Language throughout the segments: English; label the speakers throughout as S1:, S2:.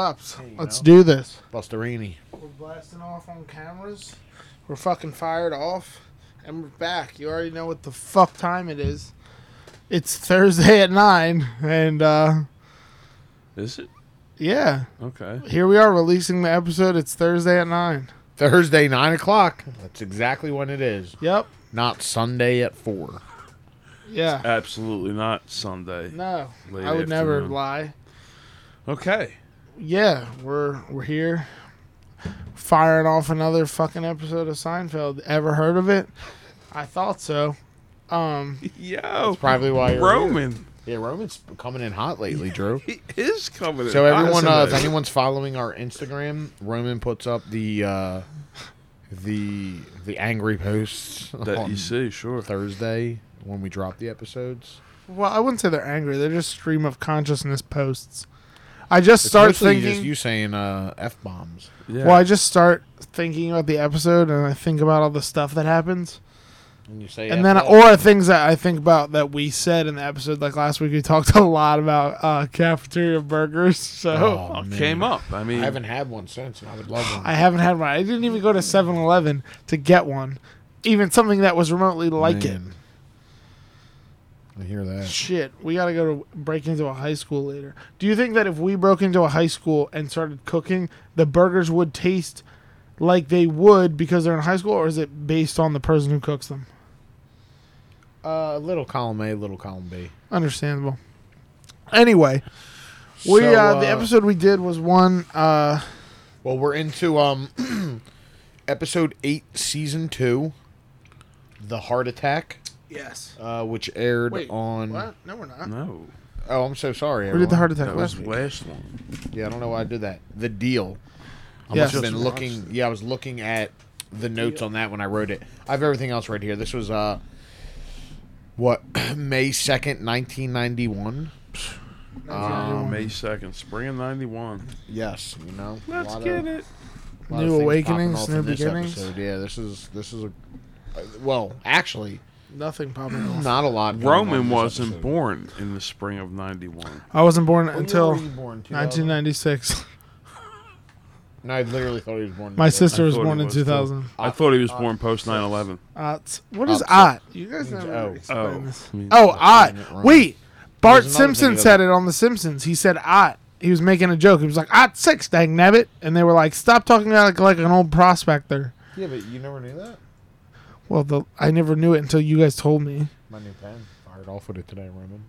S1: Ups.
S2: you
S1: Let's
S2: know.
S1: do this.
S3: Busterini.
S1: We're blasting off on cameras. We're fucking fired off. And we're back. You already know what the fuck time it is. It's Thursday at 9. And, uh,
S2: Is it?
S1: yeah.
S2: Okay.
S1: Here we are releasing the episode. It's Thursday at 9.
S3: Thursday, 9 o'clock. That's exactly when it is.
S1: Yep.
S3: Not Sunday at 4.
S1: Yeah.
S2: Absolutely not Sunday.
S1: No.
S2: Late
S1: I would never
S2: afternoon.
S1: lie.
S2: Okay.
S1: Yeah. We're, we're here. Firing off another fucking episode of Seinfeld. Ever heard of it? I thought so. Um,
S2: Yo.
S3: Probably why you're here.
S2: Roman.
S3: Yeah, Roman's coming in hot lately, Drew.
S2: He is coming.
S3: So
S2: in.
S3: everyone, uh,
S2: Awesome.
S3: if anyone's following our Instagram, Roman puts up the uh, the the angry posts
S2: that
S3: on
S2: you see, sure.
S3: Thursday when we drop the episodes.
S1: Well, I wouldn't say they're angry. They're just stream of consciousness posts. I just start
S3: mostly just
S1: thinking.
S3: you saying uh, f bombs.
S2: Yeah.
S1: Well, I just start thinking about the episode, and I think about all the stuff that happens,
S3: And you say,
S1: and then
S3: F-bombs.
S1: or things that I think about that we said in the episode. Like last week, we talked a lot about uh, cafeteria burgers. So
S2: Oh,
S3: Oh, man.
S2: came up. I mean,
S3: I haven't had one since, and I would love one.
S1: I haven't had one. I didn't even go to 7-Eleven to get one, even something that was remotely like
S3: Man. I hear
S1: it.
S3: that.
S1: Shit, we gotta go to break into a high school later. Do you think that if we broke into a high school and started cooking, the burgers would taste like they would because they're in high school, or is it based on the person who cooks them?
S3: Uh, little column A, little column B.
S1: Understandable. Anyway, we
S3: So,
S1: uh, the episode we did was one. Uh,
S3: Well, we're into um, episode eight, season two, the heart attack,
S1: yes.
S3: uh, which aired
S1: Wait,
S3: on.
S1: What? No, we're not.
S2: no.
S3: Oh, I'm so sorry.
S1: We did the
S3: everyone.
S1: heart attack
S2: That was
S1: last week.
S2: last one.
S3: Yeah, I don't know why I did that. The deal. I
S1: Yes.
S3: must have been
S2: Just watched
S3: looking. Yeah, I was looking at the notes on that when I wrote it. I have everything else right here. This was uh, what May second, nineteen ninety one.
S2: Uh,
S1: Um,
S2: May second, spring of '91.
S3: Yes, you know. a
S2: Let's
S3: lot of-
S2: get it.
S3: a lot of
S1: New
S3: things
S1: awakenings,
S3: popping off
S1: new
S3: in this
S1: beginnings.
S3: episode. Yeah, this is this is a. uh, Well, actually,
S1: Nothing popping off.
S3: not a lot. Uh, going on in
S2: Roman
S3: this
S2: wasn't
S3: episode.
S2: born in the spring of '91.
S1: I wasn't born
S3: When
S1: until
S3: were you born? 2000?
S1: 1996.
S3: No, I literally thought he was born. in
S1: My
S3: 2000.
S1: sister was
S2: thought
S1: born
S2: he
S1: in
S2: was, too.
S1: 2000.
S2: I thought he was
S3: uh,
S2: born post 9/11.
S1: Ot. What is
S3: Ot.
S1: ot? You guys
S3: Means
S1: never
S3: oh.
S1: explain
S2: Oh.
S1: this.
S2: Means
S1: Oh, ot.
S3: doing it wrong.
S1: Wait. Bart
S3: There's another thing
S1: Simpson
S3: that-
S1: said it on The Simpsons. He said ot. He was making a joke. He was like, ot six, dang nabbit. And they were like, stop talking like, like an old prospector.
S3: Yeah, but you never knew that.
S1: Well, the, I never knew it until you guys told me.
S3: My new pen fired off with it today, Roman.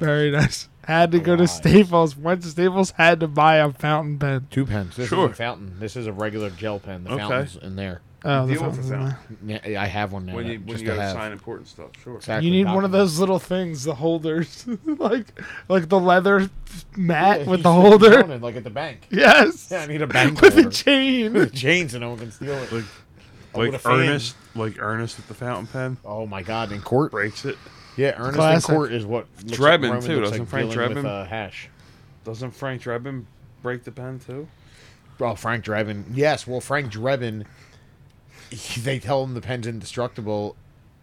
S1: Very nice. Had to go to
S3: Alive.
S1: Staples. Went to Staples, had to buy a fountain pen.
S3: Two pens. This
S2: Sure.
S3: is a fountain. This is a regular gel pen. The
S2: Okay.
S3: fountain's in there.
S1: Oh, the
S2: Deal with
S1: fountain's
S2: the
S1: in
S2: fountain.
S3: Yeah, I have one now.
S2: When you
S3: just
S2: when you
S3: to
S2: gotta
S3: have.
S2: sign important stuff, sure.
S1: there.
S3: Exactly,
S1: You need one of
S3: document.
S1: those little things, the holders. like like the leather mat
S3: Yeah,
S1: with the
S3: you stick your phone
S1: holder.
S3: in, like at the bank.
S1: Yes.
S3: Yeah, I need a bank
S1: with a
S3: holder.
S1: chain.
S3: chain so no one can steal it.
S2: Like-
S3: Oh, with a
S2: Like
S3: fan.
S2: Ernest, like Ernest with the fountain pen
S3: Oh my God! In court,
S2: breaks it.
S3: yeah, Ernest
S1: Classic.
S3: in court is what looks like
S2: Drebin,
S3: Roman
S2: too,
S3: looks
S2: doesn't
S3: like
S2: Frank
S3: dealing with,
S2: Drebin?
S3: uh, hash.
S2: Doesn't Frank Drebin break the pen too?
S3: Oh, Frank Drebin. Yes. Well, Frank Drebin. he- they tell him the pen's indestructible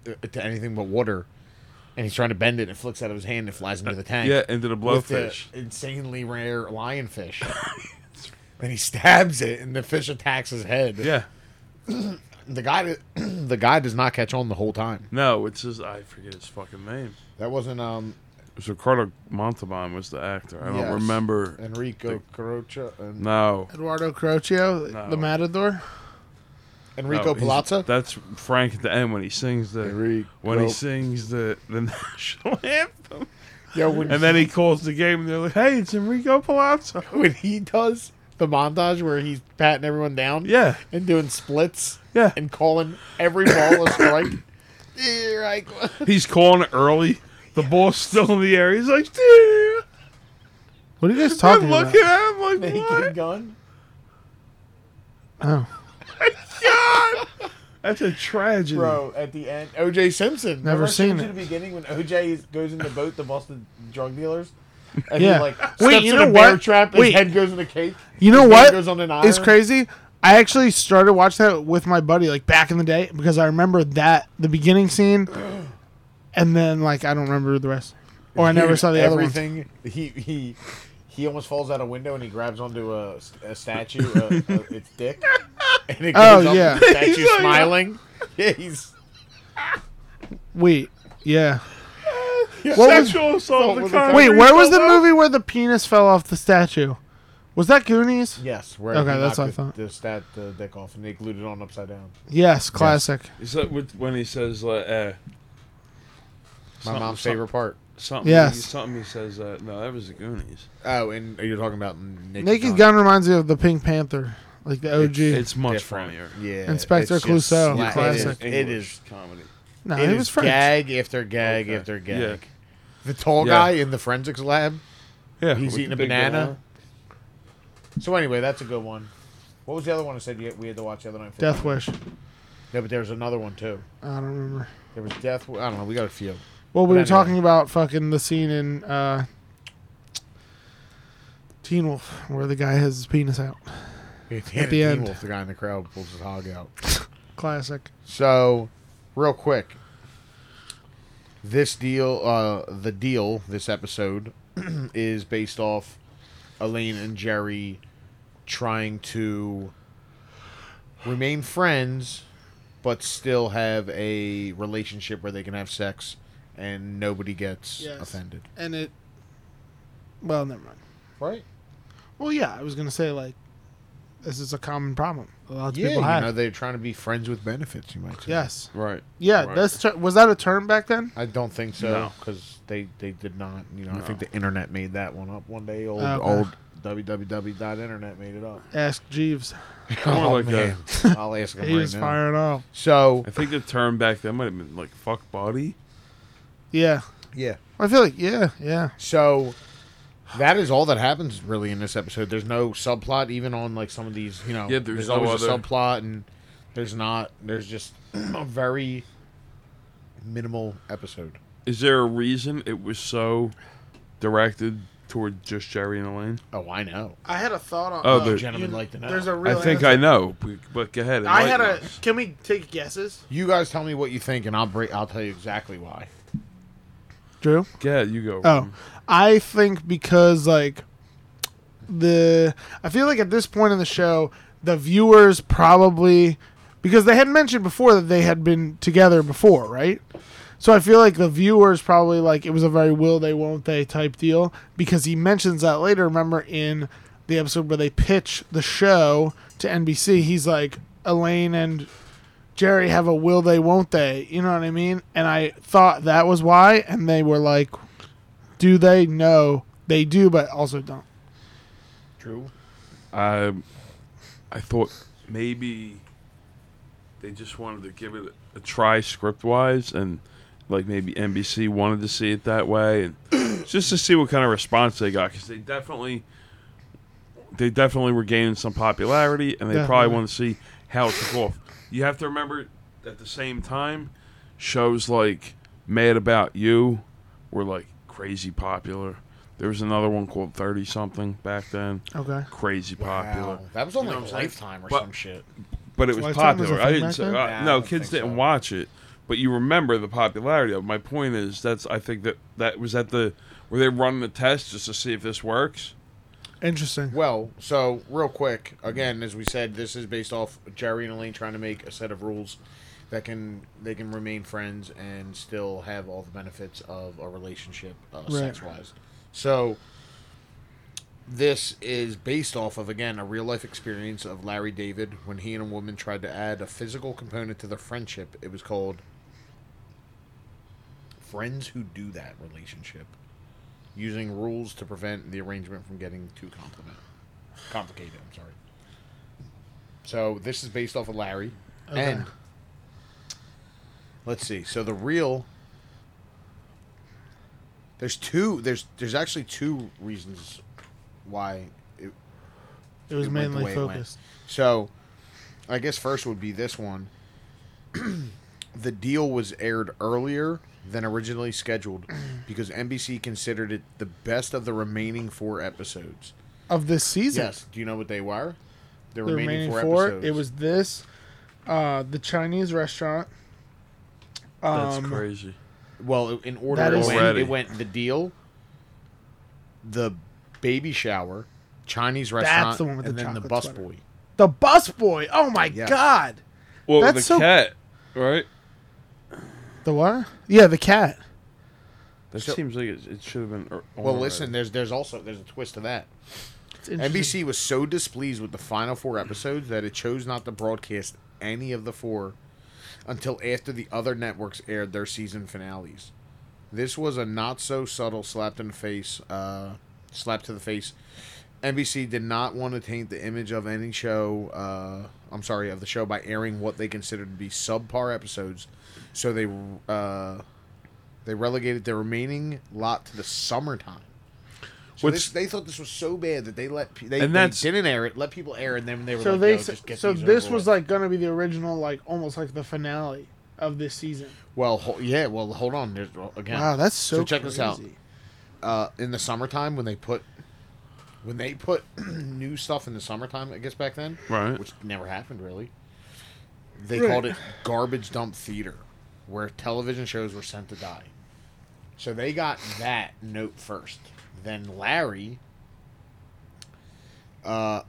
S3: uh, to anything but water, and he's trying to bend it. It flicks out of his hand. It flies into the tank.
S2: Uh, Yeah, into the
S3: with the
S2: blowfish.
S3: insanely rare lionfish. and he stabs it, and the fish attacks his head.
S2: Yeah.
S3: The guy, the guy does not catch on the whole time.
S2: No, it's his. I forget his fucking name.
S3: That wasn't um
S2: It was Ricardo Montalban was the actor. I don't
S3: Yes.
S2: remember.
S3: Enrico Carocha and
S2: No.
S1: Eduardo Caroccio,
S2: No.
S1: the Matador.
S3: Enrico
S2: No, he's-
S3: Palazzo.
S2: That's Frank at the end when he sings the
S3: Enrico.
S2: when he sings the the national anthem,
S3: Yo, when,
S2: and then he calls the game, and they're like, "Hey, it's Enrico Palazzo."
S3: when he does the montage where he's patting everyone down,
S2: Yeah,
S3: and doing splits,
S2: yeah.
S3: and calling every ball a strike. Dear, I-
S2: He's calling it early. The ball's still in the air. He's like, "Dude,
S1: What are you guys
S2: I'm
S1: talking about?
S2: looking at him like
S3: naked
S2: what?
S3: gun.
S1: Oh,
S2: God, that's a tragedy."
S3: Bro, at the end, OJ Simpson.
S1: Never
S3: Remember
S1: seen
S3: Simpson
S1: it.
S3: In the beginning, when OJ is- goes in the boat, the Boston drug dealers. And
S1: Yeah.
S3: He, like,
S1: Wait,
S3: steps
S1: you
S3: in
S1: know
S3: a bear
S1: what?
S3: Trap.
S1: Wait.
S3: His head goes in a cake.
S1: you know
S3: his
S1: what?
S3: Head goes on an iron.
S1: It's crazy. I actually started watching that with my buddy like back in the day because I remember that the beginning scene, and then like I don't remember the rest, or I never
S3: Dude,
S1: saw the other one.
S3: everything. He he He almost falls out a window and he grabs onto a, a statue, uh, uh, its dick, and it
S1: Oh,
S3: goes up
S1: yeah.
S3: to the statue
S2: He's like-
S3: smiling. Yeah, he's
S1: Wait, yeah. was-
S2: Sexual assault.
S3: What was it
S2: of Congress,
S3: called?
S1: Wait, where was the
S2: Bilbo?
S1: movie where the penis fell off the statue? Was that Goonies?
S3: yes. Where
S1: Okay,
S3: he
S1: that's
S3: knocked
S1: what I
S3: the-
S1: thought.
S3: The stat the dick off and they glued it on upside down.
S1: Yes, classic.
S2: Is that with- when he says like uh,
S3: My
S2: Something-
S3: mom's
S2: something-
S3: favorite part.
S2: something?
S1: Yes.
S2: He, something he says. Uh, no, that was the Goonies.
S3: Oh, and you're talking about naked,
S1: Naked Gun reminds me of the Pink Panther, like the OG.
S2: It's much
S3: Different.
S2: funnier.
S3: Yeah,
S1: Inspector
S3: it's just
S1: Clouseau,
S3: sla-
S1: classic.
S3: It is. It is
S2: comedy.
S1: no,
S3: It
S1: it,
S3: is
S1: was French.
S3: gag after gag
S2: Okay.
S3: after gag.
S2: Yeah.
S3: The tall
S2: Yeah.
S3: guy in the forensics lab.
S2: Yeah,
S3: He's
S2: with
S3: eating
S2: the
S3: a
S2: big
S3: banana.
S2: banana.
S3: So anyway, that's a good one. What was the other one I said you- we had to watch the other night?
S1: Death Wish. I
S3: No, but there was another one too.
S1: don't remember.
S3: There was Death. I don't know. We got a few.
S1: Well, we
S3: But
S1: were
S3: anyway.
S1: talking about fucking the scene in uh, Teen Wolf where the guy has his penis out.
S3: At
S1: the end.
S3: Wolf, the guy in the crowd pulls his hog out.
S1: Classic.
S3: So, real quick, this deal, uh, the deal, this episode is based off Elaine and Jerry trying to remain friends, but still have a relationship where they can have sex and nobody gets
S1: Yes.
S3: offended.
S1: And it. Well, never mind.
S3: Right?
S1: Well, yeah, I was gonna say like, this is a common problem. A lot of
S3: Yeah,
S1: people
S3: you
S1: have.
S3: know they're trying to be friends with benefits. You might say.
S1: yes.
S2: Right.
S1: Yeah,
S2: Right.
S1: that's ter- was that a term back then?
S3: I don't think so
S2: No.
S3: because they, they did not. You know, I
S2: No.
S3: think the internet made that one up one day. Old
S1: Oh, okay.
S3: old www.internet made it up. Oh,
S1: Ask Jeeves.
S2: More like
S3: man.
S2: a-
S3: I'll ask
S1: He
S3: him right
S1: was
S3: now.
S1: firing off.
S3: So
S2: I think the term back then might have been like fuck body.
S1: Yeah,
S3: yeah,
S1: I feel like yeah, yeah.
S3: so that is all that happens really in this episode. There's no subplot even on like some of these. You know,
S2: Yeah,
S3: there's,
S2: there's no
S3: always a
S2: other-
S3: subplot and there's not. There's just a very minimal episode.
S2: Is there a reason it was so directed toward just Jerry and Elaine?
S3: Oh, I know.
S1: I had a thought on. uh,
S2: Oh, the-
S3: Gentlemen like to know.
S1: There's a real.
S2: I think I know, but, but go ahead.
S1: I had a.
S2: enlighten us.
S1: Can we take guesses?
S3: You guys tell me what you think, and I'll break. I'll tell you exactly why.
S1: Drew.
S2: Go ahead, you go.
S1: Oh, I think because like the I feel like at this point in the show, the viewers probably because they had mentioned before that they had been together before, right? So I feel like the viewers probably like it was a very will they won't they type deal because he mentions that later. Remember in the episode where they pitch the show to NBC, he's like Elaine and Jerry have a will they won't they, you know what I mean? And I thought that was why, and they were like, do they? No, they do, but also don't.
S3: True.
S2: I, Um, I thought maybe they just wanted to give it a try script wise, and like maybe NBC wanted to see it that way, and just to see what kind of response they got, because they definitely, they definitely were gaining some popularity, and they
S1: Definitely.
S2: probably want to see how it took off. You have to remember, at the same time, shows like Mad About You were like crazy popular. There was another one called Thirty Something back then
S1: Okay.
S2: crazy popular.
S3: Wow. That was on
S2: You know
S3: like
S2: what I'm saying?
S3: Lifetime or
S2: But-
S3: some shit.
S2: But it
S1: So
S2: was
S1: Lifetime was
S2: popular.
S1: a
S2: I
S1: thing
S2: didn't
S1: back
S2: say,
S1: then?
S2: uh,
S3: Nah, I
S2: no,
S3: don't
S2: kids
S3: think
S2: didn't
S3: so.
S2: watch it. But you remember the popularity of. it. My point is that's I think that that was at the were they running the test just to see if this works.
S1: Interesting.
S3: Well, so real quick, again, as we said, this is based off Jerry and Elaine trying to make a set of rules that can they can remain friends and still have all the benefits of a relationship, uh, sex wise. So this is based off of again a real life experience of Larry David when he and a woman tried to add a physical component to their friendship. It was called "Friends Who Do That" relationship using rules to prevent the arrangement from getting too compliment, complicated. I'm sorry. So this is based off of Larry, and
S1: Okay.
S3: let's see. So the real there's two there's there's actually two reasons why. It,
S1: It was
S3: it went the
S1: mainly
S3: way it went.
S1: focused.
S3: so I guess first would be this one. the deal was aired earlier than originally scheduled because NBC considered it the best of the remaining four episodes.
S1: Of this season,
S3: Yes. Do you know what they were? The,
S1: the remaining, four, it was this, uh, the Chinese restaurant.
S2: That's
S1: Um,
S2: crazy.
S3: well in order.
S1: That
S3: It
S1: is-
S3: went,
S2: Already.
S3: it went the deal, the baby shower, Chinese
S1: That's
S3: restaurant,
S1: the one with
S3: and
S1: the
S3: then the
S1: chocolate sweater.
S3: busboy.
S1: The busboy. Oh my
S3: Yes.
S1: god.
S2: Well,
S1: That's
S2: the
S1: so-
S2: cat, right?
S1: The what? Yeah, the cat.
S2: That
S3: So-
S2: seems like it, it should have been. er- on
S3: Well,
S2: already.
S3: listen, there's there's also there's a twist to that.
S1: It's interesting.
S3: NBC was so displeased with the final four episodes that it chose not to broadcast any of the four until after the other networks aired their season finales. This was a not so subtle slap in the face, uh, slap to the face. NBC did not want to taint the image of any show. Uh, I'm sorry, of the show by airing what they considered to be subpar episodes, so they uh, they relegated the remaining lot to the summertime. So
S2: Which-
S3: this, they thought this was so bad that they let pe- they,
S2: And
S3: they
S2: that's-
S3: didn't air it, let people air it, and then they were
S1: So
S3: like,
S1: they
S3: "Yo,
S1: s-
S3: just get
S1: so
S3: these
S1: this
S3: over
S1: was
S3: with."
S1: like going to be the original like almost like the finale of this season.
S3: well, ho- yeah, well, hold on, there's well, again.
S1: Wow, that's so,
S3: So check this out.
S1: crazy.
S3: uh, in the summertime when they put when they put new stuff in the summertime, I guess back then,
S2: Right.
S3: which never happened really. They
S1: Right.
S3: called it garbage dump theater, where television shows were sent to die. So they got that note first. Then Larry, uh,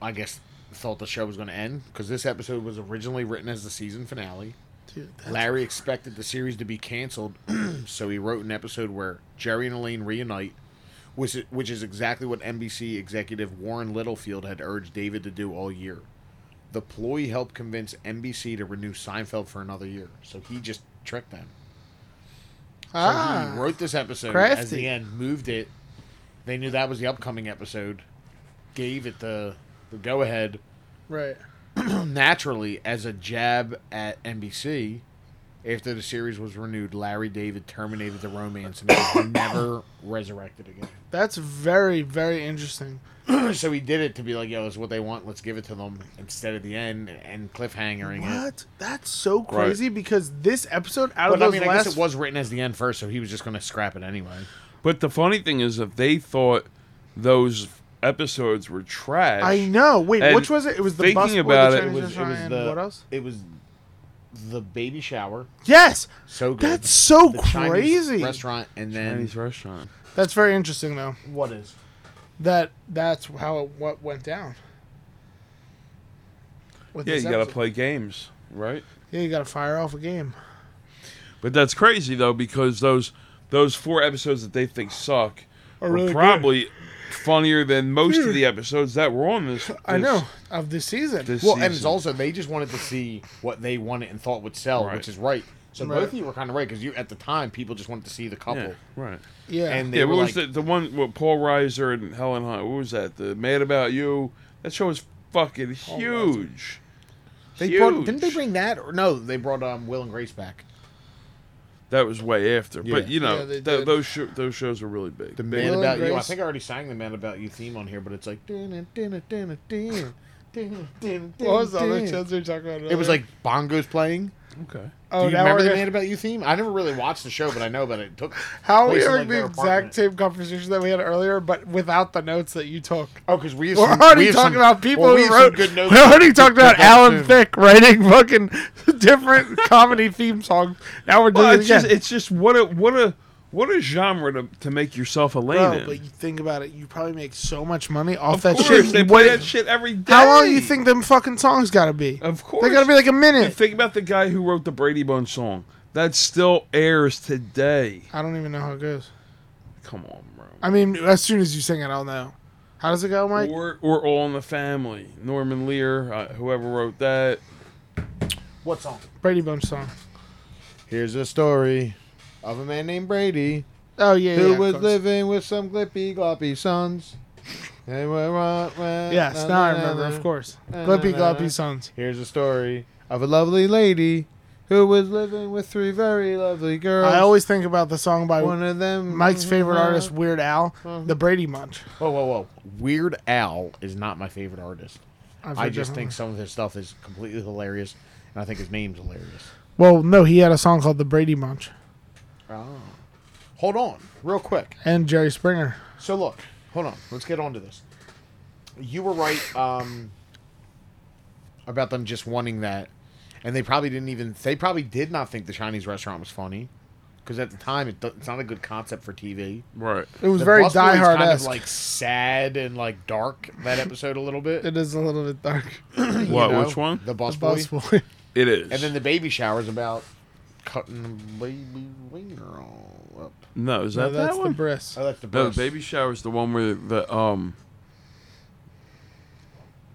S3: I guess, thought the show was going to end because this episode was originally written as the season finale.
S1: Dude, that's-
S3: Larry expected the series to be canceled, so he wrote an episode where Jerry and Elaine reunite, which is, which is exactly what NBC executive Warren Littlefield had urged David to do all year. The ploy helped convince NBC to renew Seinfeld for another year, so he just tricked them. So
S1: ah,
S3: he wrote this episode as
S1: crafty.
S3: the end, moved it. They knew that was the upcoming episode, gave it the the go ahead,
S1: right.
S3: naturally as a jab at NBC. After the series was renewed, Larry David terminated the romance and it was never resurrected again.
S1: That's very very interesting.
S3: so he did it to be like, "Yo, this is what they want. Let's give it to them." Instead of the end and cliffhangering it.
S1: What? That's so crazy because this episode out of
S3: But I
S1: those
S3: mean, I
S1: last
S3: guess it was written as the end first, so he was just going to scrap it anyway.
S2: But the funny thing is, if they thought those episodes were trash,
S1: I know. Wait,
S2: And
S1: which was it? It was the
S2: thinking
S1: busboy,
S2: about
S1: the
S2: it, it
S1: Chinese
S2: was- it
S1: restaurant, and what else?
S3: It was the baby shower.
S1: Yes,
S3: So good.
S1: that's so
S3: the Chinese
S1: crazy.
S3: restaurant, and then
S2: Chinese restaurant.
S1: That's very interesting though.
S3: what is?
S1: That that's how it what went down. With
S2: Yeah,
S1: this
S2: you got to
S1: episode.
S2: play games, right?
S1: Yeah, you gotta fire off a game.
S2: But that's crazy though, because those those four episodes that they think suck
S1: Are
S2: were
S1: really good.
S2: probably funnier than most of the episodes that were on this.
S1: I
S2: this-
S1: know of this season.
S2: This
S3: Well,
S2: season.
S3: and it's also they just wanted to see what they wanted and thought would sell,
S2: Right.
S3: which is right. So
S1: Right.
S3: both of you were kind of right because you at the time people just wanted to see the couple,
S2: yeah, right.
S1: yeah,
S3: and they
S2: Yeah,
S3: were
S2: what was
S3: like,
S2: the, the one with Paul Reiser and Helen Hunt? What was that? The Mad About You. That show was fucking
S1: Reiser.
S2: huge.
S3: they
S2: huge.
S3: brought, didn't they bring that or no? They brought um Will and Grace back.
S2: That was way after,
S3: Yeah.
S2: but you know
S1: Yeah, they
S2: th-
S1: did.
S2: those sho those shows were really big.
S3: The
S2: They-
S3: Man
S1: Will and
S3: About You. I
S1: Grace-
S3: think I already sang the Man About You theme on here, but it's like dinna, dinna, dinna, dinna, dinna, dinna,
S1: what was the other
S3: dinna.
S1: shows we were talking about?
S3: It was
S1: earlier?
S3: like bongos playing.
S2: okay.
S1: oh,
S3: Do you
S1: now
S3: remember
S1: we're
S3: the
S1: gonna-
S3: Man About You theme? I never really watched the show, but I know about it. it took
S1: How are we
S3: place in,
S1: having
S3: like,
S1: the
S3: their
S1: exact
S3: apartment.
S1: same conversation that we had earlier, but without the notes that you took?
S3: Oh, because we have
S1: We're
S3: some-
S1: already
S3: we have
S1: talking
S3: some-
S1: about people
S3: well, we
S1: who
S3: have some
S1: wrote.
S3: good notes.
S1: we already talked about
S3: that
S1: Alan
S3: soon.
S1: Thicke writing fucking different comedy theme songs. Now we're doing
S2: Well,
S1: it
S2: it's
S1: again.
S2: just it's just what a what a what a genre to, to make yourself a lane
S1: Bro,
S2: in.
S1: but you think about it, you probably make so much money off
S2: of
S1: that
S2: course,
S1: shit.
S2: they
S1: You
S2: play
S1: wait-
S2: that shit every day.
S1: How long you think them fucking songs gotta be?
S2: Of course,
S1: They gotta be like a
S2: Dude,
S1: minute.
S2: think about the guy who wrote the Brady Bunch song that still airs today.
S1: I don't even know how it goes.
S2: Come on, bro.
S1: I mean, as soon as you sing it, I'll know. How does it go, Mike?
S2: Or or All in the Family, Norman Lear, uh, whoever wrote that.
S3: What song?
S1: Brady Bunch song.
S3: Here's a story of a man named Brady
S1: Oh yeah,
S3: who
S1: yeah. of
S3: was
S1: course.
S3: living with some glippy gloppy sons. And we want-
S1: Yes,
S3: na-
S1: now I
S3: na-
S1: remember.
S3: na-
S1: Of course,
S3: na-
S1: Glippy
S3: na- na-
S1: Gloppy sons.
S3: Here's a story of a lovely lady who was living with three very lovely girls.
S1: I always think about the song by
S3: one of them
S1: Mike's favorite artist, Weird Al, the Brady Bunch.
S3: Whoa, whoa, whoa! Weird Al is not my favorite artist.
S1: I've
S3: I
S1: heard
S3: just
S1: that
S3: think
S1: one.
S3: some of his stuff is completely hilarious, and I think his name's hilarious.
S1: Well, no, he had a song called "The Brady Bunch"
S3: Oh. Hold on, real quick.
S1: and Jerry Springer.
S3: So look, hold on. Let's get on to this. You were right um, about them just wanting that, and they probably didn't even. They probably did not think the Chinese restaurant was funny, because at the time it do- it's not a good concept for TV.
S2: Right.
S1: It was
S3: The
S1: very
S3: Bus Boys
S1: diehard
S3: kind of
S1: esque.
S3: like sad and like dark that episode a little bit.
S1: it is a little bit dark.
S3: you
S2: What?
S3: know?
S2: Which one?
S3: The bus,
S1: The bus
S3: boy.
S1: boy.
S2: It is.
S3: And then the baby shower is about cutting the baby wiener all up.
S2: no, is
S1: No,
S2: that that
S1: that's the
S2: one?
S1: breast.
S3: Oh, that's the
S2: no,
S3: bus.
S2: the baby shower is the one where the um.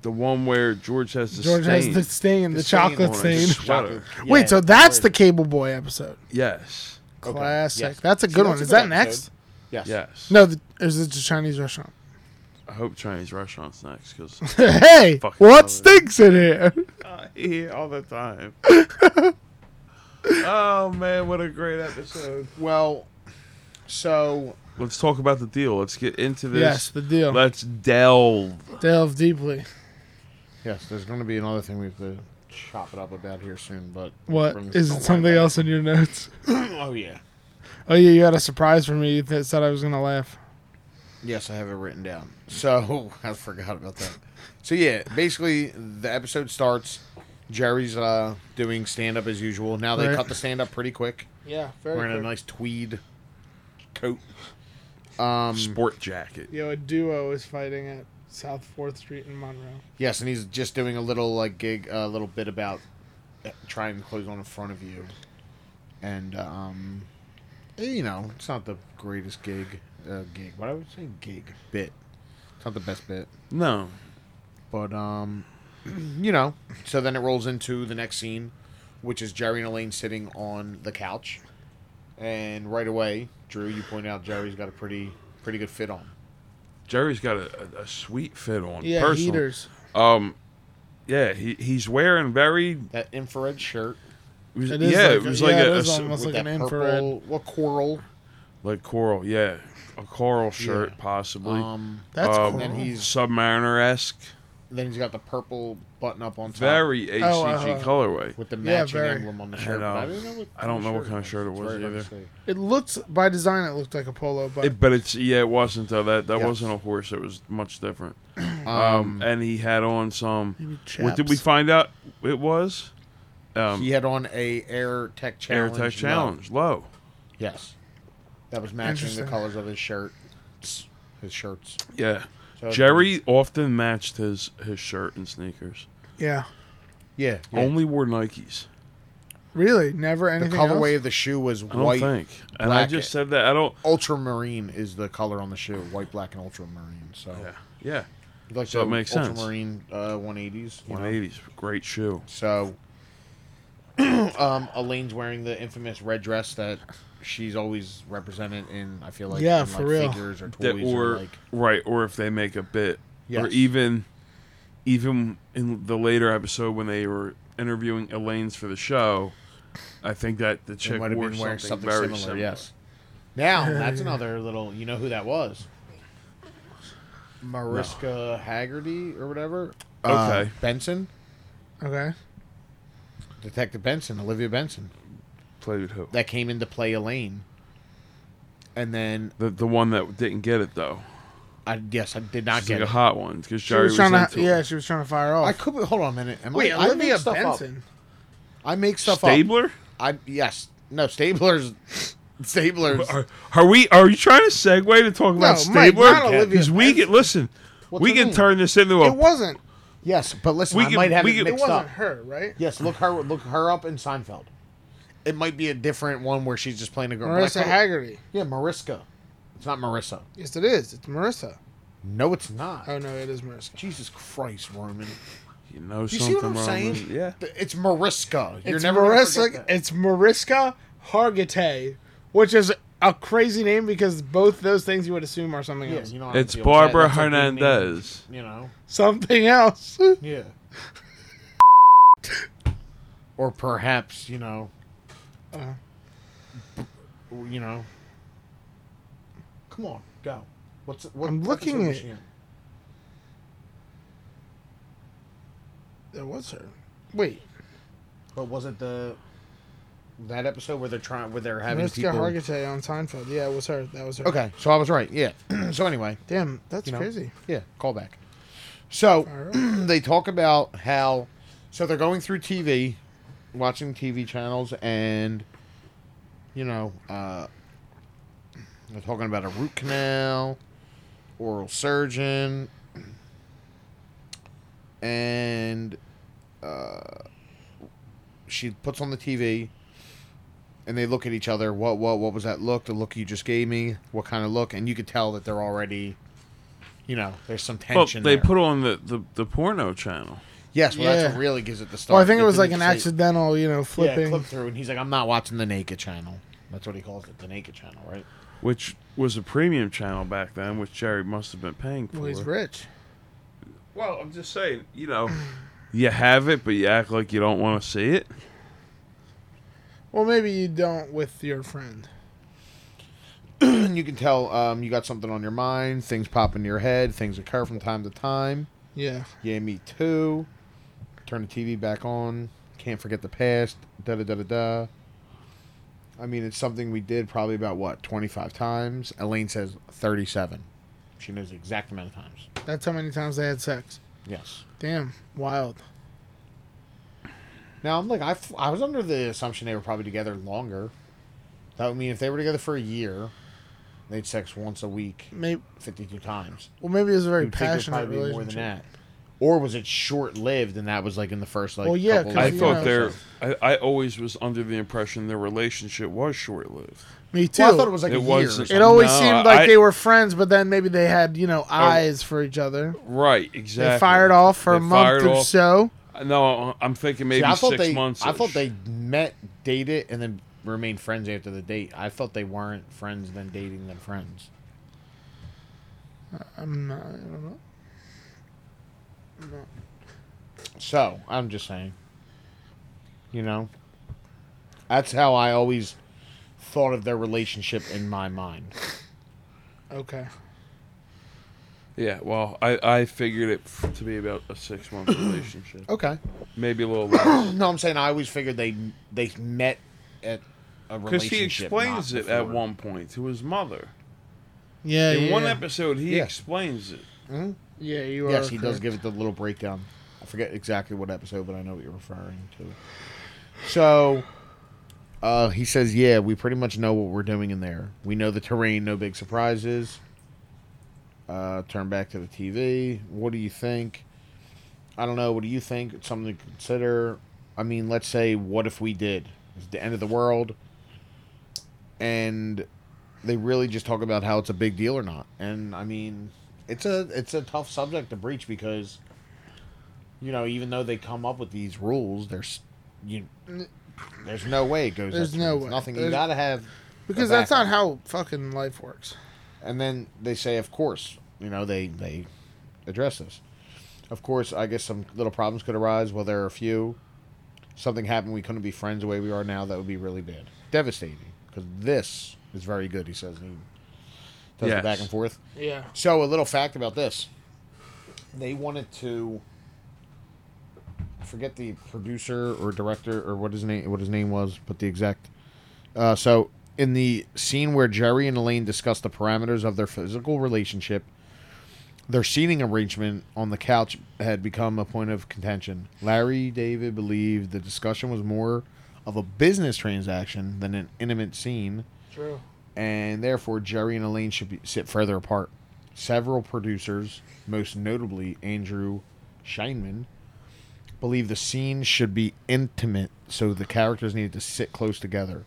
S2: The one where George has the
S1: George has
S2: stain.
S1: the stain, the, chocolate
S2: on it.
S1: stain.
S2: Just- Sweater.
S1: Wait, so that's the Cable Boy episode.
S2: yes.
S3: Okay,
S1: Classic.
S3: yes.
S1: That's a
S3: See,
S1: good
S3: that's
S1: one.
S3: a
S1: Is
S3: good
S1: that
S3: episode.
S1: next?
S3: Yes.
S2: Yes.
S1: No, the, is it the Chinese restaurant?
S2: I hope Chinese restaurants next because
S1: hey,
S2: Fucking love
S1: what
S2: it.
S1: stinks in here?
S2: I hear all the time. oh man, what a great episode!
S3: Well, so
S2: Let's talk about the deal. Let's get into this.
S1: yes, the deal.
S2: Let's delve.
S1: Delve deeply.
S3: yes, there's going to be another thing we have to chop it up about here soon. But
S1: What
S3: brings
S1: is
S3: the
S1: it? Something
S3: line
S1: else in your notes?
S3: back. oh yeah.
S1: Oh yeah, you had a surprise for me that said I was gonna laugh.
S3: Yes, I have it written down. So I forgot about that. So yeah, basically the episode starts. Jerry's uh, doing stand up as usual. Now they
S1: Right.
S3: cut the stand up pretty quick.
S1: Yeah,
S3: Wearing a nice tweed coat. Um,
S2: Sport jacket.
S1: Yo, a duo is fighting at South Fourth Street in Monroe.
S3: yes, and he's just doing a little like gig, a little bit about uh, trying to close on in front of you, and um, eh, you know it's not the greatest gig, uh, gig, but I would say gig bit. It's not the best bit.
S2: No.
S3: But um, you know, so then it rolls into the next scene, which is Jerry and Elaine sitting on the couch, and right away, Drew, you point out Jerry's got a pretty pretty good fit on.
S2: Jerry's got a, a, a sweet fit on.
S1: Yeah,
S2: personal.
S1: heaters.
S2: Um, yeah, he, he's wearing very.
S3: That infrared shirt
S2: It was,
S1: It is
S2: yeah,
S1: like
S2: it
S1: a-
S2: was
S1: yeah,
S2: like
S1: it
S2: a, a
S1: is
S2: s-
S1: almost- It's
S3: with
S1: like
S3: that
S1: an
S3: purple, what coral?
S2: like coral. Yeah, a coral shirt possibly.
S3: Um,
S1: That's
S2: um,
S1: cool.
S3: And he's-
S2: Submariner esque.
S3: then he's got the purple button up on top
S2: Very HCG
S1: uh,
S2: colorway.
S3: with the
S1: Yeah,
S3: matching
S1: very.
S3: emblem on the shirt.
S2: And,
S3: but
S2: um,
S3: didn't what
S2: I don't know what kind of shirt it
S3: It's
S2: was
S3: very hard
S2: either.
S3: to say.
S1: It looked by design, it looked like a polo, but
S2: It, but it's yeah, it wasn't though. That that
S3: Yes.
S2: wasn't a horse. It was much different. Um,
S3: Um,
S2: and he had on some.
S1: maybe
S2: What did we
S1: chaps.
S2: find out? It was um,
S3: he had on a Air Tech
S2: Air
S3: Challenge.
S2: Tech
S3: mug.
S2: Challenge low.
S3: Yes, that was matching the
S1: Interesting.
S3: colors of his shirt, his shirts.
S2: Yeah,
S3: So-
S2: Jerry often matched his his shirt and sneakers.
S1: Yeah,
S3: Yeah. yeah.
S2: Only wore Nikes.
S1: really, never
S3: the
S1: anything.
S3: colorway
S1: else?
S3: of the shoe was
S2: I don't
S3: white.
S2: think. And I
S3: black-
S2: just said that. I don't.
S3: Ultramarine is the color on the shoe. White, black, and ultramarine. So
S2: Yeah, yeah.
S3: like
S2: So it makes sense.
S3: ultramarine uh, 180s. you know.
S2: One eighties, great shoe.
S3: So um, Elaine's wearing the infamous red dress that she's always represented in. I feel like
S1: Yeah,
S3: in,
S1: for
S3: like,
S1: real.
S3: figures or
S2: That
S3: toys or
S2: or
S3: like
S2: right, or if they make a bit, or
S3: Yes.
S2: even, even in the later episode when they were interviewing Elaine's for the show, I think that the
S3: they
S2: chick
S3: might have
S2: wore
S3: been wearing
S2: something,
S3: something
S2: very
S3: similar.
S2: similar.
S3: Yes. Now that's another little. You know who that was? Mariska Haggerty or whatever. Uh,
S2: Okay.
S3: Benson.
S1: okay.
S3: Detective Benson, Olivia Benson,
S2: Played with who?
S3: that came into play Elaine. And then
S2: The the one that didn't get it though.
S3: I yes, I did not
S2: She's
S3: get
S2: like
S3: it.
S2: a hot one because
S1: She
S2: Jerry
S1: was
S2: was,
S1: trying
S2: into
S1: to,
S2: it.
S1: yeah, she was trying to fire
S3: I
S1: off.
S3: could be, hold on a minute. Am I-
S1: Wait,
S3: I,
S1: Olivia
S3: make stuff Up.
S1: Benson.
S3: I make stuff
S2: Stabler.
S3: up. I yes, no Stabler's Stabler's.
S2: Are, are we? Are you trying to segue to talk about
S1: Mike,
S2: Stabler?
S1: not Olivia
S2: Because we can listen.
S3: What's
S2: we
S3: her
S2: can
S3: name?
S2: turn this into
S3: Oh.
S2: a
S1: It wasn't.
S3: yes, but listen,
S2: We
S3: I
S2: can-
S3: might have
S2: we
S3: it
S2: can-
S1: It
S3: mixed
S1: wasn't
S3: up.
S1: her, right?
S3: Yes, look her look her up in Seinfeld. It might be a different one where she's just playing a girl. but I
S1: Marissa
S3: could've-
S1: Haggerty.
S3: Yeah, Mariska. It's not Marissa.
S1: Yes, it is. It's Marissa.
S3: No, it's not.
S1: Oh no, it is Marissa.
S3: Jesus Christ, Roman.
S2: You know
S3: You
S2: something
S3: see what I'm
S2: wrong
S3: saying?
S2: with- Yeah.
S3: Th- It's Mariska. You're
S1: it's
S3: never gonna forget
S1: Marissa.
S3: that.
S1: It's Mariska Hargitay, which is a crazy name because both those things you would assume are something
S3: Yeah,
S1: else.
S3: you know,
S2: It's
S3: I feel
S2: Barbara
S3: bad. That's a good name,
S2: Hernandez.
S3: You know.
S1: Something else.
S3: Yeah. or perhaps you know.
S1: Uh.
S3: b- You know. Come on, go. What's what?
S1: I'm
S3: episode
S1: looking
S3: was
S1: at-
S3: she in?
S1: That was her. Wait,
S3: But was it the that episode where they're trying where they're having
S1: Mariska
S3: people?
S1: Hargitay on Seinfeld. Yeah, it was her. That was her.
S3: Okay, so I was right. Yeah. so anyway,
S1: Damn, that's
S3: You know?
S1: crazy.
S3: yeah, call back. So
S1: Alright.
S3: they talk about how so they're going through TV, watching TV channels, and you know, uh, they're talking about a root canal, oral surgeon, and uh, she puts on the TV, and they look at each other. What what what was that look? The look you just gave me. What kind of look? And you could tell that they're already, you know, there's some
S2: Well,
S3: tension.
S2: they
S3: there.
S2: put on the, the, the porno channel.
S3: yes, well, that's
S1: Yeah.
S3: what really gives it the start.
S1: Well, I think it
S3: They
S1: was like
S3: didn't
S1: an
S3: say-
S1: accidental, you know,
S3: Yeah,
S1: flipping.
S3: clip through, and he's like, "I'm not watching the naked channel." That's what he calls it, the naked channel, right?
S2: which was a premium channel back then, which Jerry must have been paying for.
S1: well, he's rich.
S2: Well, I'm just saying, you know, you have it, but you act like you don't want to see it.
S1: Well, maybe you don't with your friend.
S3: and you can tell um, you got something on your mind. Things pop into your head. Things occur from time to time.
S1: Yeah.
S3: Yeah, me too. Turn the TV back on. Can't forget the past. Da da da da da. I mean, it's something we did probably about what twenty five times. Elaine says thirty seven. She knows the exact amount of times.
S1: That's how many times they had sex.
S3: Yes.
S1: Damn. Wild.
S3: Now I'm like I, f- I was under the assumption they were probably together longer. That would mean if they were together for a year, they'd sex once a week,
S1: Maybe,
S3: fifty two times.
S1: well, maybe it was a very
S3: You'd think there'd
S1: passionate
S3: probably be
S1: relationship.
S3: more than that. Or was it short lived and that was like in the first like
S1: Well, yeah,
S3: couple
S1: 'cause
S2: I
S1: you
S2: thought
S1: know-
S2: their, I, I always was under the impression their relationship was short lived.
S1: Me too.
S3: Well, I thought it was like a
S2: It
S3: year.
S2: was-
S3: or something.
S1: It always
S2: No,
S1: seemed like
S2: I-
S1: they were friends, but then maybe they had, you
S3: Oh.
S1: know, eyes for each other.
S2: Right, exactly.
S1: They fired off for a
S2: They
S1: month
S2: fired
S1: or
S2: off-
S1: so.
S2: No, I'm thinking maybe
S3: See, I thought
S2: six
S3: they,
S2: months.
S3: I thought they met, dated, and then remained friends after the date. I thought they weren't friends, then dating, then friends.
S1: I'm not, I don't know.
S3: So I'm just saying. You know, that's how I always thought of their relationship in my mind.
S1: Okay.
S2: Yeah, well, I, I figured it f- to be about a six month relationship,
S3: Okay.
S2: maybe a little less.
S3: No, I'm saying I always figured they they met at a
S2: Because he
S3: relationship.
S2: explains
S3: not
S2: it at
S3: before.
S2: one point to his mother.
S1: Yeah.
S2: In
S1: yeah.
S2: one episode, he
S3: Yeah.
S2: explains it.
S1: Yeah, you are.
S3: Yes, he does
S1: correct.
S3: give it the little breakdown. I forget exactly what episode, but I know what you're referring to. So, uh, he says, "Yeah, we pretty much know what we're doing in there. We know the terrain. No big surprises." Uh, turn back to the TV. What do you think? I don't know. What do you think? It's something to consider. I mean, let's say, what if we did? It's the end of the world, and they really just talk about how it's a big deal or not. And I mean, it's a it's a tough subject to breach because you know even though they come up with these rules there's you there's no way it goes
S1: There's
S3: that
S1: no
S3: smooth.
S1: way.
S3: nothing you
S1: There's-
S3: gotta have
S1: Because
S3: a
S1: that's not
S3: backup.
S1: how fucking life works.
S3: and then they say of course you know they they address this of course i guess some little problems could arise well there are a few something happened we couldn't be friends the way we are now that would be really bad devastating because this is very good he says and he does
S2: Yes.
S3: it back and forth
S1: Yeah.
S3: so, a little fact about this: they wanted to I forget the producer or director or what his name what his name was, but the exact. Uh, so, in the scene where Jerry and Elaine discuss the parameters of their physical relationship, their seating arrangement on the couch had become a point of contention. Larry David believed the discussion was more of a business transaction than an intimate scene
S1: True.
S3: and therefore Jerry and Elaine should be, sit further apart. Several producers, most notably Andrew Scheinman, believe the scene should be intimate, so the characters needed to sit close together.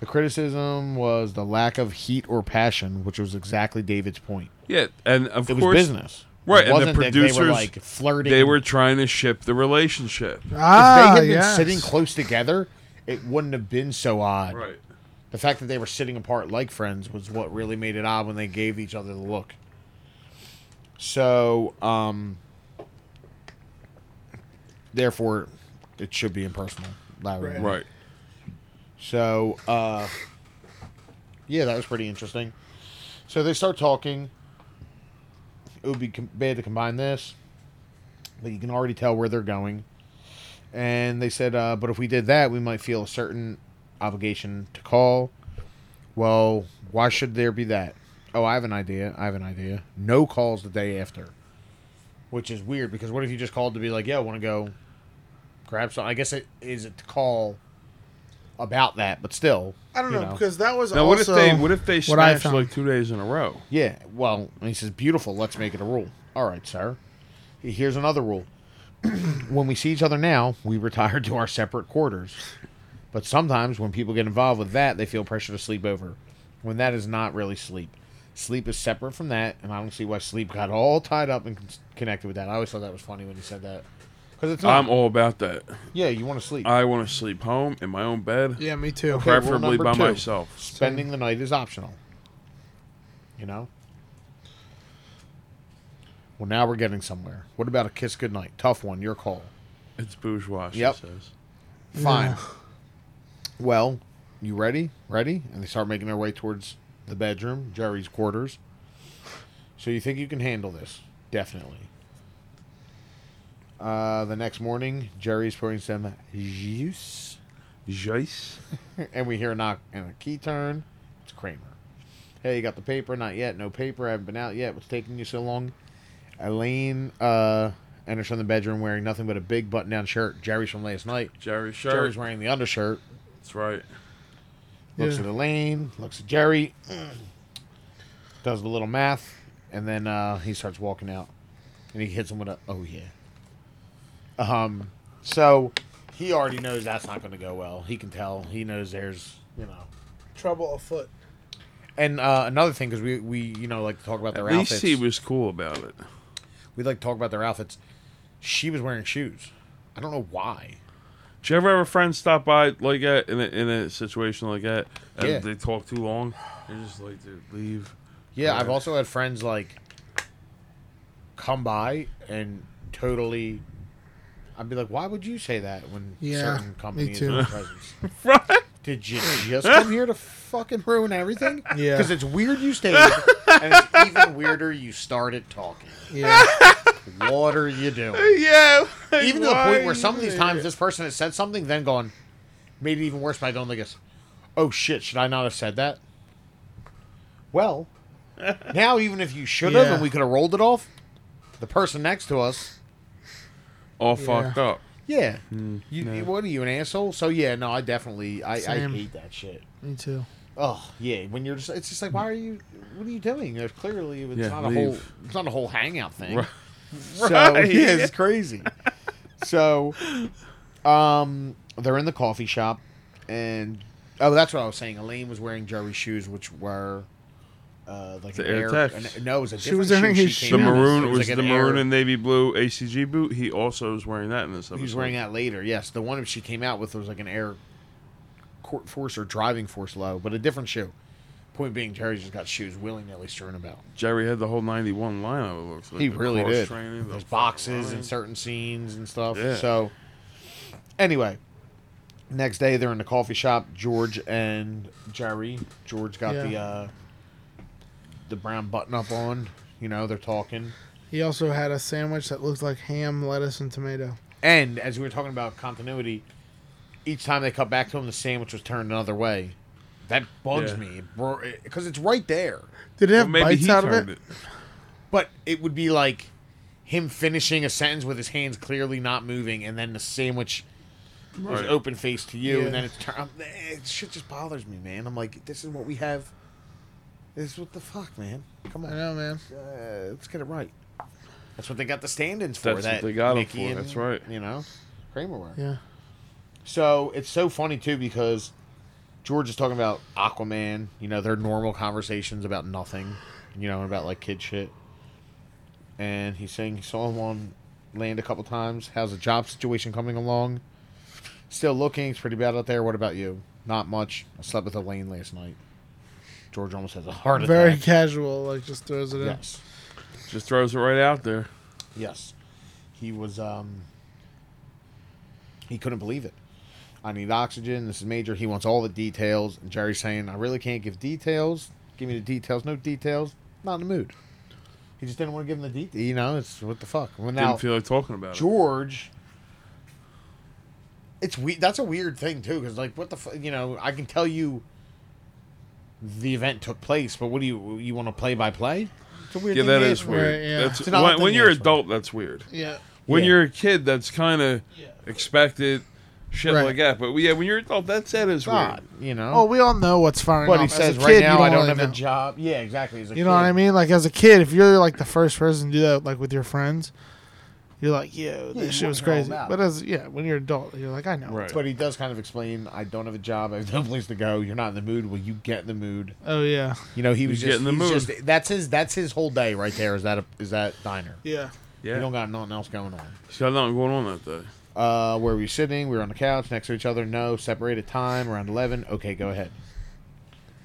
S3: The criticism was the lack of heat or passion, which was exactly David's point.
S2: Yeah, and of
S3: It was
S2: course,
S3: business,
S2: Right,
S3: It
S2: and the
S3: wasn't that they were
S2: producers,
S3: like flirting.
S2: they were trying to ship the relationship.
S3: If
S1: Ah,
S3: they had been
S1: yes.
S3: sitting close together, it wouldn't have been so odd.
S2: Right.
S3: The fact that they were sitting apart like friends was what really made it odd when they gave each other the look. So, um, therefore, it should be impersonal, Larry.
S1: Right.
S2: Right.
S3: So, uh, yeah, that was pretty interesting. So they start talking. It would be com- bad to combine this, but you can already tell where they're going. And they said, uh, but if we did that, we might feel a certain obligation to call. Well, why should there be that? Oh, I have an idea. I have an idea. No calls the day after, which is weird because what if you just called to be like, yeah, I want to go grab something? I guess it is it to call about that, but still,
S1: I don't
S3: you
S1: know, because that was
S2: Now, what if
S1: also
S2: they what if they
S1: what I
S2: smashed
S1: found.
S2: like two days in a row?
S3: yeah. Well, and he says, "Beautiful. Let's make it a rule." All right, sir. Here's another rule. when we see each other now, we retire to our separate quarters. But sometimes when people get involved with that, they feel pressure to sleep over. When that is not really sleep. Sleep is separate from that, and I don't see why sleep got all tied up and con- connected with that. I always thought that was funny when you said that. Because it's not.
S2: I'm all about that.
S3: yeah, you want to sleep.
S2: I want to sleep home in my own bed,
S1: yeah, me too.
S3: Okay. rule
S2: preferably
S3: number
S2: by
S3: two.
S2: myself.
S3: Spending the night is optional. You know? Well, now we're getting somewhere. What about a kiss goodnight? Tough one, your call.
S2: It's bourgeois. She
S3: Yep.
S2: says.
S3: Fine.
S1: Yeah.
S3: Well, you ready? Ready? And they start making their way towards the bedroom, Jerry's quarters. So you think you can handle this? Definitely. Uh, the next morning, Jerry's pouring some juice,
S2: Joyce.
S3: and we hear a knock and a key turn. It's Kramer. Hey, you got the paper? Not yet. No paper. I haven't been out yet. What's taking you so long? Elaine uh, enters from the bedroom wearing nothing but a big button-down shirt. Jerry's from last night.
S2: Jerry shirt.
S3: Jerry's wearing the undershirt.
S2: That's right.
S3: looks
S1: Yeah.
S3: at Elaine, looks at Jerry, does the little math, and then uh, he starts walking out, and he hits him with a oh yeah. Um, so he already knows that's not going to go well. He can tell. He knows there's you know.
S1: Trouble afoot.
S3: And uh, another thing, because we, we you know like to talk about their
S2: At least
S3: outfits.
S2: he was cool about it.
S3: we like to talk about their outfits. She was wearing shoes. I don't know why.
S2: Do you ever have a friend stop by like that in a, in a situation like that, and
S3: Yeah.
S2: they talk too long? They're just like, dude, leave.
S3: Yeah,
S2: Yeah.
S3: I've also had friends like come by and totally. I'd be like, why would you say that when
S1: Yeah,
S3: certain
S1: me
S3: companies
S1: too.
S3: are presence?
S2: Right.
S3: Did you just come here to fucking ruin everything?
S1: Yeah.
S3: Because it's weird you stayed, and it's even weirder you started talking.
S1: Yeah.
S3: What are you doing?
S2: Yeah. like,
S3: Even to the
S2: why
S3: point
S2: are
S3: where some of
S2: you
S3: these times
S2: there?
S3: this person has said something, then gone, made it even worse by going like this. Oh shit! Should I not have said that? Well, now even if you should have,
S1: Yeah.
S3: and we could have rolled it off, the person next to us,
S2: all
S1: Yeah.
S2: fucked up.
S3: yeah,
S1: Hmm.
S3: you, you- what are you an asshole? So yeah, no, I definitely, I, I
S1: Same.
S3: hate that shit.
S1: me too.
S3: Oh yeah, when you're just, it's just like, why are you? What are you doing? There's clearly it's
S2: Yeah,
S3: not a
S2: leave.
S3: whole, it's not a whole hangout thing.
S2: Right.
S3: So
S2: Right.
S3: yeah, it's crazy. so, um, they're in the coffee shop, and oh, that's what I was saying. Elaine was wearing Jerry's shoes, which were. Uh, like
S2: The
S3: an
S2: Air
S3: air,
S2: Tex.
S3: an- no, it was a
S1: She was wearing
S3: different shoe
S1: his
S3: she
S2: The
S3: came out in.
S2: maroon
S3: It
S2: was,
S3: like an
S2: the
S3: air-
S2: maroon and navy blue ACG boot. He also was wearing that in this episode.
S3: He was wearing that later. Yes, the one she came out with was like an air court force or driving force low, but a different shoe. Point being, Jerry's just got shoes willy nilly strewn about.
S2: Jerry had the whole '91 lineup. It looks like
S3: He
S2: The
S3: really
S2: cross
S3: did.
S2: training, the
S3: There's
S2: fucking
S3: boxes
S2: line.
S3: and certain scenes and stuff.
S2: Yeah.
S3: So, anyway, next day they're in the coffee shop. George and Jerry. George got the
S1: Yeah.
S3: uh, the brown button up on. You know, they're talking.
S1: He also had a sandwich that looked like ham, lettuce, and tomato.
S3: And as we were talking about continuity, each time they cut back to him, the sandwich was turned another way. That bugs
S2: Yeah.
S3: me, bro, because it's right there.
S1: Did it
S2: Well,
S1: have
S2: maybe
S1: bites
S2: he
S1: out of
S2: turned
S1: it?
S2: it.
S3: But it would be like him finishing a sentence with his hands clearly not moving, and then the sandwich was
S2: Right.
S3: open faced to you,
S1: Yeah.
S3: and then it's turned. It shit just bothers me, man. I'm like, this is what we have. This is what the fuck, man. Come
S1: I
S3: on, uh,
S1: know, man.
S3: let's get it right. That's what they got the stand-ins for.
S2: That's
S3: that
S2: what they got him
S3: Mickey
S2: for,
S3: and,
S2: that's right.
S3: You know, Kramer were.
S1: Yeah.
S3: So it's so funny too because George is talking about Aquaman. You know, their normal conversations about nothing. You know, and about like kid shit. And he's saying he saw him on land a couple times. How's the job situation coming along? Still looking. It's pretty bad out there. What about you? Not much. I slept with Elaine last night. George almost has a heart attack.
S1: Very casual, like just throws it in.
S3: Yes.
S2: Just throws it right out there.
S3: Yes. He was um he couldn't believe it. I need oxygen. This is major. He wants all the details. And Jerry's saying, I really can't give details. Give me the details. No details. Not in the mood. He just didn't want to give him the details. You know, it's what the fuck. Well, now,
S2: Didn't feel like talking about it.
S3: George. It's we. That's a weird thing too, because like, what the fu- you know? I can tell you. The event took place, but what do you you want to play by play? It's a weird.
S2: Yeah,
S3: thing
S2: that
S3: to
S2: is
S3: ask for.
S2: weird.
S1: Right, yeah.
S2: That's
S3: It's not
S2: when,
S3: the
S2: when you're
S3: next one.
S2: adult. That's weird.
S1: Yeah.
S2: When
S3: Yeah.
S2: you're a kid, that's kind of
S1: Yeah.
S2: expected. shit
S1: Right.
S2: like that. But yeah, when you're an adult, that's that is
S3: God,
S2: weird.
S3: you know.
S1: Oh, we all know what's firing.
S3: but he
S1: off. As a
S3: says
S1: kid,
S3: right
S1: you
S3: now I don't
S1: really
S3: have a
S1: know.
S3: job. Yeah, exactly. as a
S1: You know what
S3: kid.
S1: I mean? Like as a kid, if you're like the first person to do that, like with your friends, you're like, "Yo,
S3: Yeah, you
S1: this shit was
S3: wouldn't
S1: crazy."
S3: know about
S1: But
S3: it.
S1: as yeah, when you're an adult, you're like, "I know."
S2: Right.
S3: But he does kind of explain, I don't have a job, I have no place to go. You're not in the mood. Well, you get in the mood.
S1: Oh yeah,
S3: You know, he was
S2: get
S3: just,
S2: in the
S3: he's
S2: mood.
S3: just- that's his that's his whole day right there. Is that a, is that diner?
S1: yeah.
S3: You
S2: Yeah,
S3: don't got nothing else going on.
S2: she got nothing going on that day.
S3: Uh, where were you sitting? We were on the couch next to each other. No, separated time around eleven. Okay, go ahead.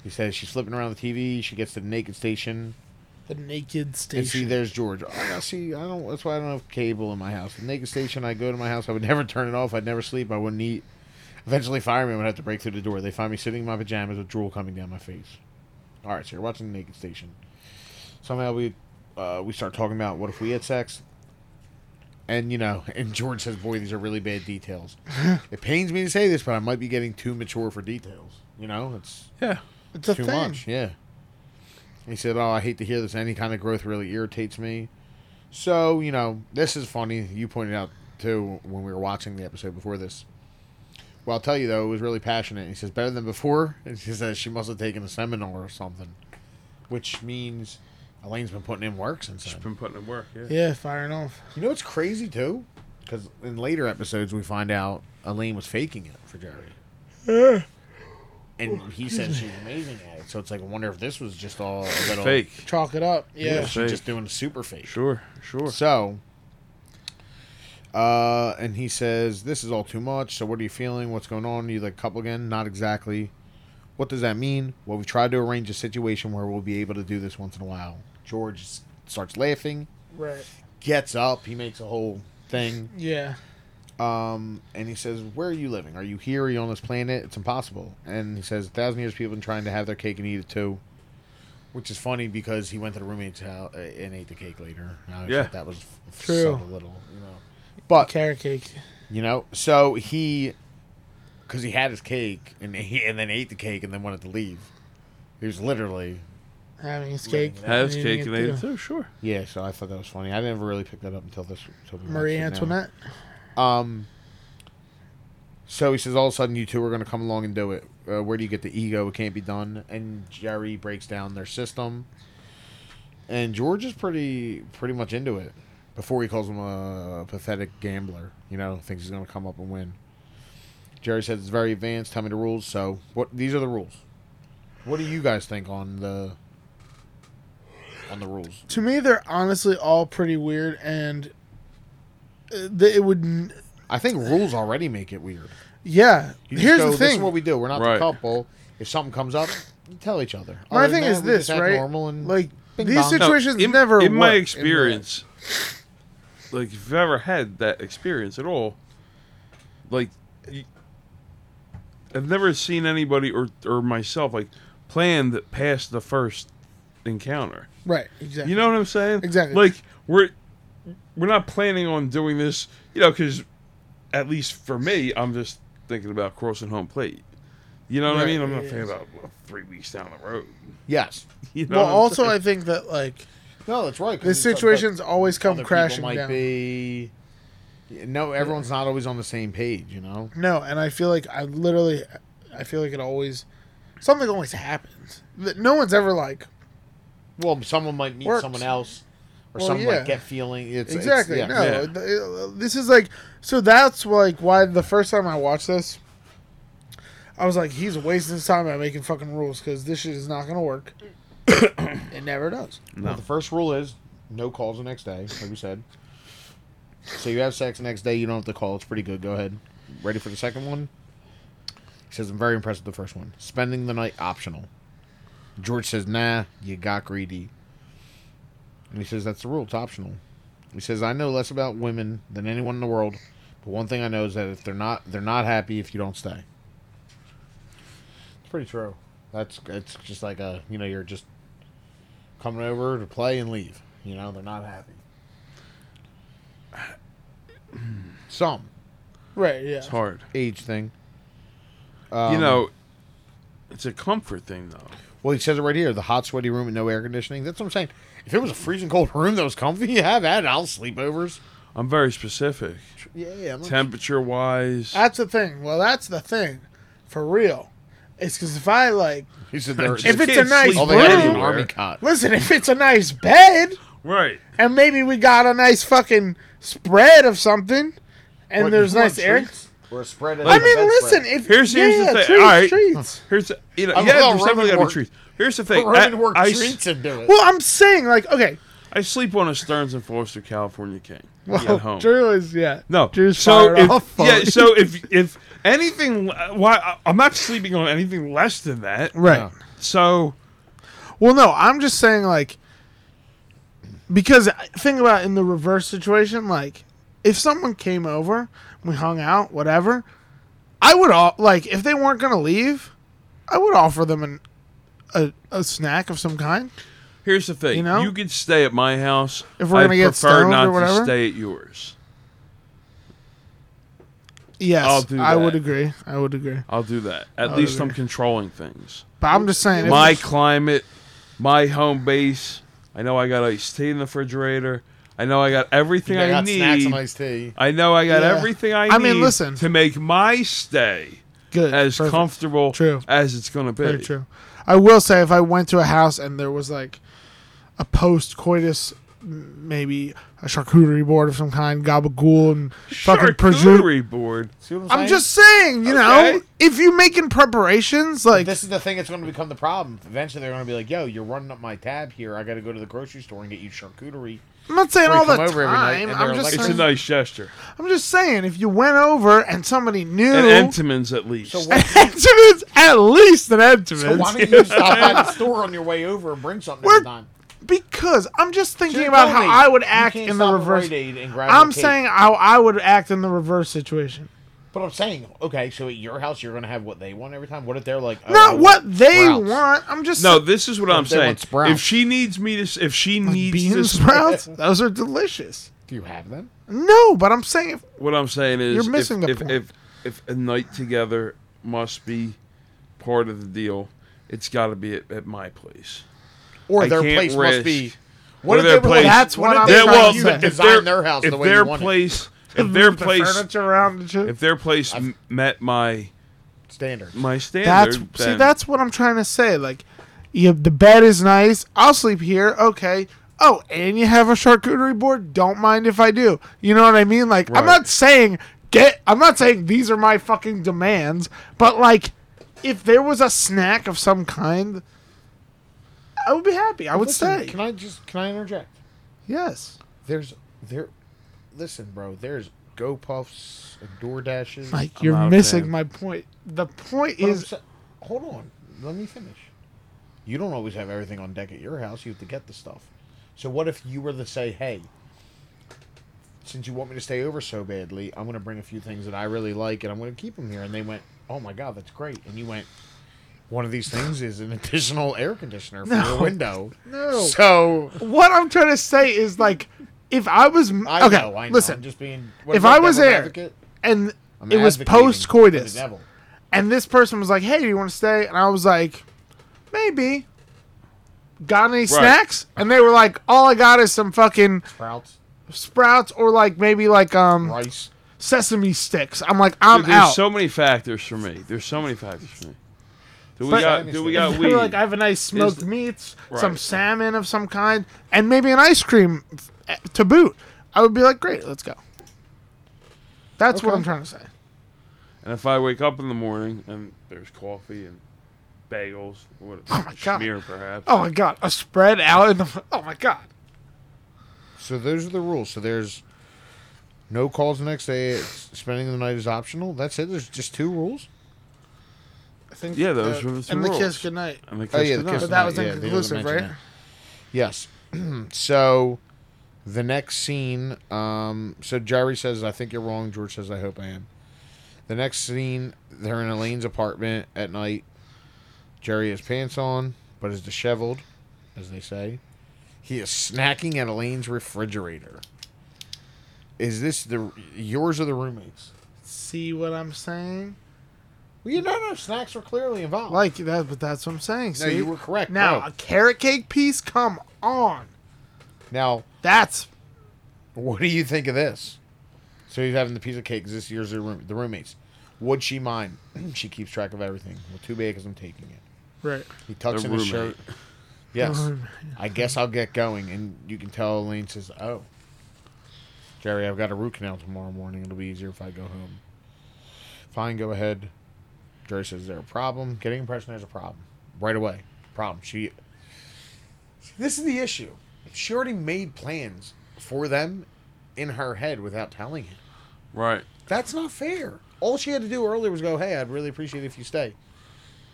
S3: He says she's flipping around the TV. She gets to the naked station.
S1: The naked
S3: And see,
S1: station.
S3: there's George. Oh, now see, I don't. That's why I don't have cable in my house. The naked station. I go to my house. I would never turn it off. I'd never sleep. I wouldn't eat. Eventually, firemen would have to break through the door. They find me sitting in my pajamas with drool coming down my face. All right, so you're watching the naked station. Somehow we uh, we start talking about what if we had sex. And you know, and George says, "Boy, these are really bad details." it pains me to say this, but I might be getting too mature for details. You know, it's
S2: Yeah,
S1: it's a
S3: too
S1: thing.
S3: much. Yeah. He said, "Oh, I hate to hear this. Any kind of growth really irritates me." So you know, this is funny. You pointed out too when we were watching the episode before this. Well, I'll tell you though, it was really passionate. He says, "Better than before." And she says she must have taken a seminar or something, which means Elaine's been putting in work since
S2: she's
S3: then.
S2: been putting in work. Yeah,
S1: Yeah, firing off.
S3: You know what's crazy too? Because in later episodes we find out Elaine was faking it for Jerry. And he says she's amazing at it. So it's like, I wonder if this was just all a little
S2: fake.
S1: Chalk it up.
S3: Yeah,
S1: Yeah.
S2: Yes.
S3: she's
S2: fake.
S3: just doing super fake.
S2: Sure, sure.
S3: So, uh, and he says, "This is all too much." So, what are you feeling? What's going on? You like couple again? Not exactly. What does that mean? Well, we tried to arrange a situation where we'll be able to do this once in a while. George s- starts laughing,
S1: Right.
S3: gets up, he makes a whole thing,
S1: Yeah.
S3: um, and he says, "Where are you living? Are you here? Are you on this planet? It's impossible." And he says, "A thousand years, people have been trying to have their cake and eat it too." Which is funny because he went to the roommate's house and ate the cake later. And I always
S2: Yeah.
S3: thought that was f-
S1: True.
S3: subtle little, you know. But
S1: Carrot cake.
S3: you know, so he, because he had his cake and he and then ate the cake and then wanted to leave. He was literally
S1: Having his cake.
S2: Has
S1: eating
S2: cake
S1: it
S2: and ate it
S1: too.
S2: too. Sure.
S3: yeah. So I thought that was funny. I never really picked that up until this. Until we
S1: Marie
S3: watched it now.
S1: Antoinette.
S3: Um. So he says, all of a sudden, you two are going to come along and do it. Uh, where do you get the ego? It can't be done. And Jerry breaks down their system. And George is pretty pretty much into it. Before he calls him a pathetic gambler, you know, thinks he's going to come up and win. Jerry says it's very advanced. Tell me the rules. So what? These are the rules. What do you guys think on the on the rules?
S1: To me, they're honestly all pretty weird, and uh, th- it would. n-
S3: I think rules already make it weird.
S1: Yeah.
S3: You just
S1: Here's
S3: go,
S1: the
S3: This is
S1: thing.
S3: what we do. We're not
S2: Right.
S3: the couple. If something comes up, you tell each other.
S1: My
S3: Other than
S1: thing
S3: that,
S1: is
S3: we just
S1: this,
S3: act
S1: right?
S3: Normal and
S1: like
S3: Bing
S1: these
S3: bong. No,
S1: situations
S2: in,
S1: never.
S2: in
S1: work
S2: my
S1: real-
S2: experience like if you've ever had that experience at all like y- i've never seen anybody or or myself like plan that past the first encounter
S1: Right. Exactly.
S2: you know what i'm saying
S1: Exactly.
S2: like we're we're not planning on doing this you know because at least for me i'm just thinking about crossing home plate you know what i
S1: Right,
S2: mean i'm not
S1: yeah.
S2: thinking about well, three weeks down the road
S3: yes.
S2: you know
S1: well,
S2: what I'm
S1: also,
S2: saying?
S1: I think that like
S3: No, that's right. 'cause
S1: the
S3: it's something
S1: situations always
S3: that
S1: come
S3: other people
S1: crashing
S3: might
S1: down.
S3: be. No, everyone's not always on the same page. You know.
S1: No, and I feel like I literally, I feel like it always, something always happens. That No one's ever like
S3: Well, someone might meet
S1: Works.
S3: someone else, or
S1: Well,
S3: someone
S1: yeah.
S3: might get feeling. It's it's-
S1: exactly.
S3: yeah.
S1: no,
S2: Yeah.
S1: Th- this is like so. That's like why the first time I watched this, I was like, he's wasting his time by making fucking rules because this shit is not gonna work. it never does.
S3: Well, the first rule is no calls the next day, like we said. So you have sex the next day, you don't have to call. It's pretty good. Go ahead. Ready for the second one? He says, I'm very impressed with the first one. Spending the night optional. George says, Nah, you got greedy. And he says, That's the rule. It's optional. He says, I know less about women than anyone in the world, but one thing I know is that if they're not, they're not happy if you don't stay. It's pretty true. That's it's just like a you know you're just coming over to play and leave. You know, they're not happy. Some
S1: Right. Yeah.
S2: it's hard
S3: age thing. Um,
S2: you know it's a comfort thing though
S3: well, he says it right here: the hot, sweaty room and no air conditioning. That's what I'm saying. If it was a freezing cold room that was comfy, yeah, have at it. I'll sleepovers.
S2: I'm very specific.
S1: Yeah, I'm not
S2: Temperature wise,
S1: That's the thing. Well, that's the thing, for real. It's because if I like,
S3: He said they're
S1: If it's a nice
S3: all they had is an
S1: room-
S3: army cot.
S1: listen, if it's a nice bed,
S2: right?
S1: and maybe we got a nice fucking spread of something, and
S3: What,
S1: there's
S3: you want
S1: nice air.
S3: treats? Or spread it
S1: I
S3: as a
S1: mean,
S3: bedspread?
S1: listen, if
S2: Here's- here's
S1: yeah,
S2: the thing.
S1: treats,
S2: All right.
S1: treats.
S2: Here's you know,
S3: I'm
S2: yeah,
S3: gonna
S2: there's definitely
S3: Roman
S2: gotta be
S3: work-
S2: treats. Here's the
S3: Put
S2: thing.
S3: Roman
S2: I,
S3: work
S2: I s-
S3: treats into it.
S1: Well, I'm saying like, okay,
S2: I sleep on a Stearns and Forster California King at
S1: well,
S2: home.
S1: Drew is yeah,
S2: no,
S1: Drew's
S2: so
S1: fired
S2: if,
S1: off
S2: yeah,
S1: already.
S2: so if if anything, le- why I- I'm not sleeping on anything less than that.
S1: right.
S3: No.
S2: So
S1: Well, no, I'm just saying like because think about in the reverse situation, like if someone came over, we hung out, whatever, I would all like if they weren't gonna leave, I would offer them an a, a snack of some kind.
S2: here's the thing:
S1: You
S2: you,
S1: know?
S2: could stay at my house.
S1: If we're
S2: I
S1: gonna get
S2: prefer
S1: stoned
S2: not
S1: or whatever?
S2: to stay at yours.
S1: Yes,
S2: I'll do
S1: I would
S2: that.
S1: agree. I would agree.
S2: I'll do that. At
S1: Oh,
S2: least I'm
S1: okay.
S2: controlling things.
S1: But I'm just saying, if-
S2: my climate, my home base. I know I got iced tea in the refrigerator. I know I got everything
S3: I
S2: I
S3: got
S2: need.
S3: snacks and iced tea.
S2: I know I got
S1: Yeah.
S2: everything I need.
S1: I mean, listen.
S2: to make my stay
S1: good,
S2: as
S1: perfect.
S2: comfortable
S1: True.
S2: as it's gonna be.
S1: Very true. I will say, if I went to a house and there was like a post coitus, maybe a charcuterie board of some kind, gabagool, and fucking prosciutto.
S2: Charcuterie board.
S3: See what
S1: I'm
S3: saying?
S1: just saying, you know,
S2: Okay.
S1: if you're making preparations, like
S3: This is the thing that's going to become the problem. Eventually, they're going to be like, "Yo, you're running up my tab here. I got to go to the grocery store and get you charcuterie."
S1: I'm not saying
S3: Or you
S1: all the
S3: come over every night
S1: time.
S3: and
S1: I'm
S3: they're
S1: just,
S3: like-
S2: It's a
S1: saying,
S2: nice gesture.
S1: I'm just saying, if you went over and somebody knew,
S2: An Entenmann's at least.
S3: So what?
S1: Entenmann's- at least an
S3: so why
S1: Entenmann's,
S3: don't you stop by the store on your way over and bring something
S1: We're
S3: this time?
S1: because I'm just thinking
S3: You're
S1: about
S3: telling
S1: how
S3: me
S1: I would
S3: you
S1: act
S3: can't
S1: in the
S3: stop at
S1: reverse.
S3: Rite Aid and grab a
S1: I'm
S3: cake.
S1: saying how I would act in the reverse situation.
S3: but I'm saying, okay, so at your house, you're going to have what they want every time. What if they're like, oh, I
S1: Not what
S3: want
S1: they
S3: sprouts?
S1: want. I'm just
S2: no, this is what I'm
S3: they
S2: saying.
S3: want sprouts.
S2: If she needs me to, s- if she needs
S1: bean
S2: this,
S1: sprouts. Those are delicious.
S3: Do you have them?
S1: No, but I'm saying if,
S2: what I'm saying is,
S1: You're
S2: if-
S1: missing the
S2: if,
S1: point.
S2: If, if a night together must be part of the deal, it's got to be at, at my place.
S3: Or
S2: I
S3: their
S2: can't
S3: place
S2: risk-
S3: must be. What
S2: or
S3: if
S2: their
S3: they were like,
S2: place-
S1: That's what I'm
S3: if they
S1: trying
S3: were
S1: to
S3: like,
S1: say.
S3: you
S1: If
S3: can design their house
S2: if
S3: the way
S2: their
S3: you want it.
S2: place, if their place,
S1: furniture around and shit.
S2: if their place m- met my
S3: Standard.
S2: my standard,
S1: That's see,
S2: then-
S1: that's what I'm trying to say. Like, you the bed is nice. I'll sleep here. Okay. Oh, and you have a charcuterie board. Don't mind if I do. You know what I mean? Like, I'm
S2: Right.
S1: not saying get. I'm not saying these are my fucking demands. But like, if there was a snack of some kind, I would be happy. I would
S3: Listen,
S1: stay.
S3: Can I just can I interject?
S1: yes.
S3: There's there. Listen, bro. There's Go Puffs and DoorDashes.
S1: Like
S2: I'm
S1: you're
S2: not a
S1: missing
S2: fan.
S1: my point. The point
S3: But I'm
S1: is
S3: sa- hold on. Let me finish. You don't always have everything on deck at your house. You have to get the stuff. So what if you were to say, "Hey, since you want me to stay over so badly, I'm going to bring a few things that I really like, and I'm going to keep them here." And they went, "Oh my god, that's great!" And you went, "One of these things is an additional air conditioner for
S1: No.
S3: your window."
S1: No.
S3: So
S1: what I'm trying to say is like, if I was
S3: I
S1: okay,
S3: know. I know.
S1: listen,
S3: I'm just being.
S1: if
S3: am
S1: I was
S3: devil's
S1: there,
S3: advocate?
S1: and
S3: I'm
S1: it was
S3: advocating for
S1: post coitus,
S3: the devil.
S1: and this person was like, "Hey, do you want to stay?" And I was like, "Maybe." Got any snacks? And they were like, "All I got is some fucking
S3: Sprouts,
S1: sprouts, or like maybe like um
S3: rice.
S1: sesame sticks." I'm like, "I'm
S2: Dude, there's
S1: out."
S2: so many factors for me. There's so many factors for me. Do we
S1: But-
S2: got? Do we got
S1: They
S2: weed?
S1: were like, "I have a nice smoked
S2: Is-
S1: meats, some
S2: Right.
S1: salmon of some kind, and maybe an ice cream f- eh, to boot." I would be like, "Great, let's go." That's what
S3: Okay.
S1: I'm trying to say.
S2: and if I wake up in the morning and there's coffee and bagels, what
S1: Oh my God.
S2: smear perhaps.
S1: Oh my god, a spread out in the. Oh my god.
S3: So those are the rules. So there's no calls the next day. It's, spending the night is optional. That's it. There's just two rules.
S1: I think
S2: Yeah, those were the two
S1: And the
S2: rules.
S1: kiss goodnight.
S2: And the kiss
S3: Oh, yeah, the
S2: goodnight.
S3: kiss
S1: But that
S3: Goodnight,
S1: was
S3: yeah, they didn't
S1: inconclusive,
S3: mention
S1: right?
S3: Yes. so the next scene. Um, so Jerry says, "I think you're wrong." George says, "I hope I am." The next scene, they're in Elaine's apartment at night. Jerry has pants on, but is disheveled, as they say. He is snacking at Elaine's refrigerator. Is this the yours or the roommates?
S1: See what I'm saying?
S3: Well, you know, no, snacks were clearly involved.
S1: Like that, but that's what I'm saying.
S3: no,
S1: see?
S3: you were correct.
S1: now
S3: bro.
S1: a carrot cake piece. Come on,
S3: now
S1: that's
S3: What do you think of this? So he's having the piece of cake. 'cause This year's the, room, the roommates. Would she mind? she keeps track of everything. Well, too bad because I'm taking it.
S1: Right.
S3: He tucks
S2: The
S3: in his
S2: roommate.
S3: shirt. Yes.
S1: Um,
S3: I guess I'll get going. And you can tell Elaine says, Oh, Jerry, I've got a root canal tomorrow morning. It'll be easier if I go home. Fine, go ahead. Jerry says, Is there a problem? Getting impression there's a problem. Right away. Problem. She. See, This is the issue. She already made plans for them in her head without telling him.
S2: Right.
S3: That's not fair. All she had to do earlier was go, Hey, I'd really appreciate it if you stay.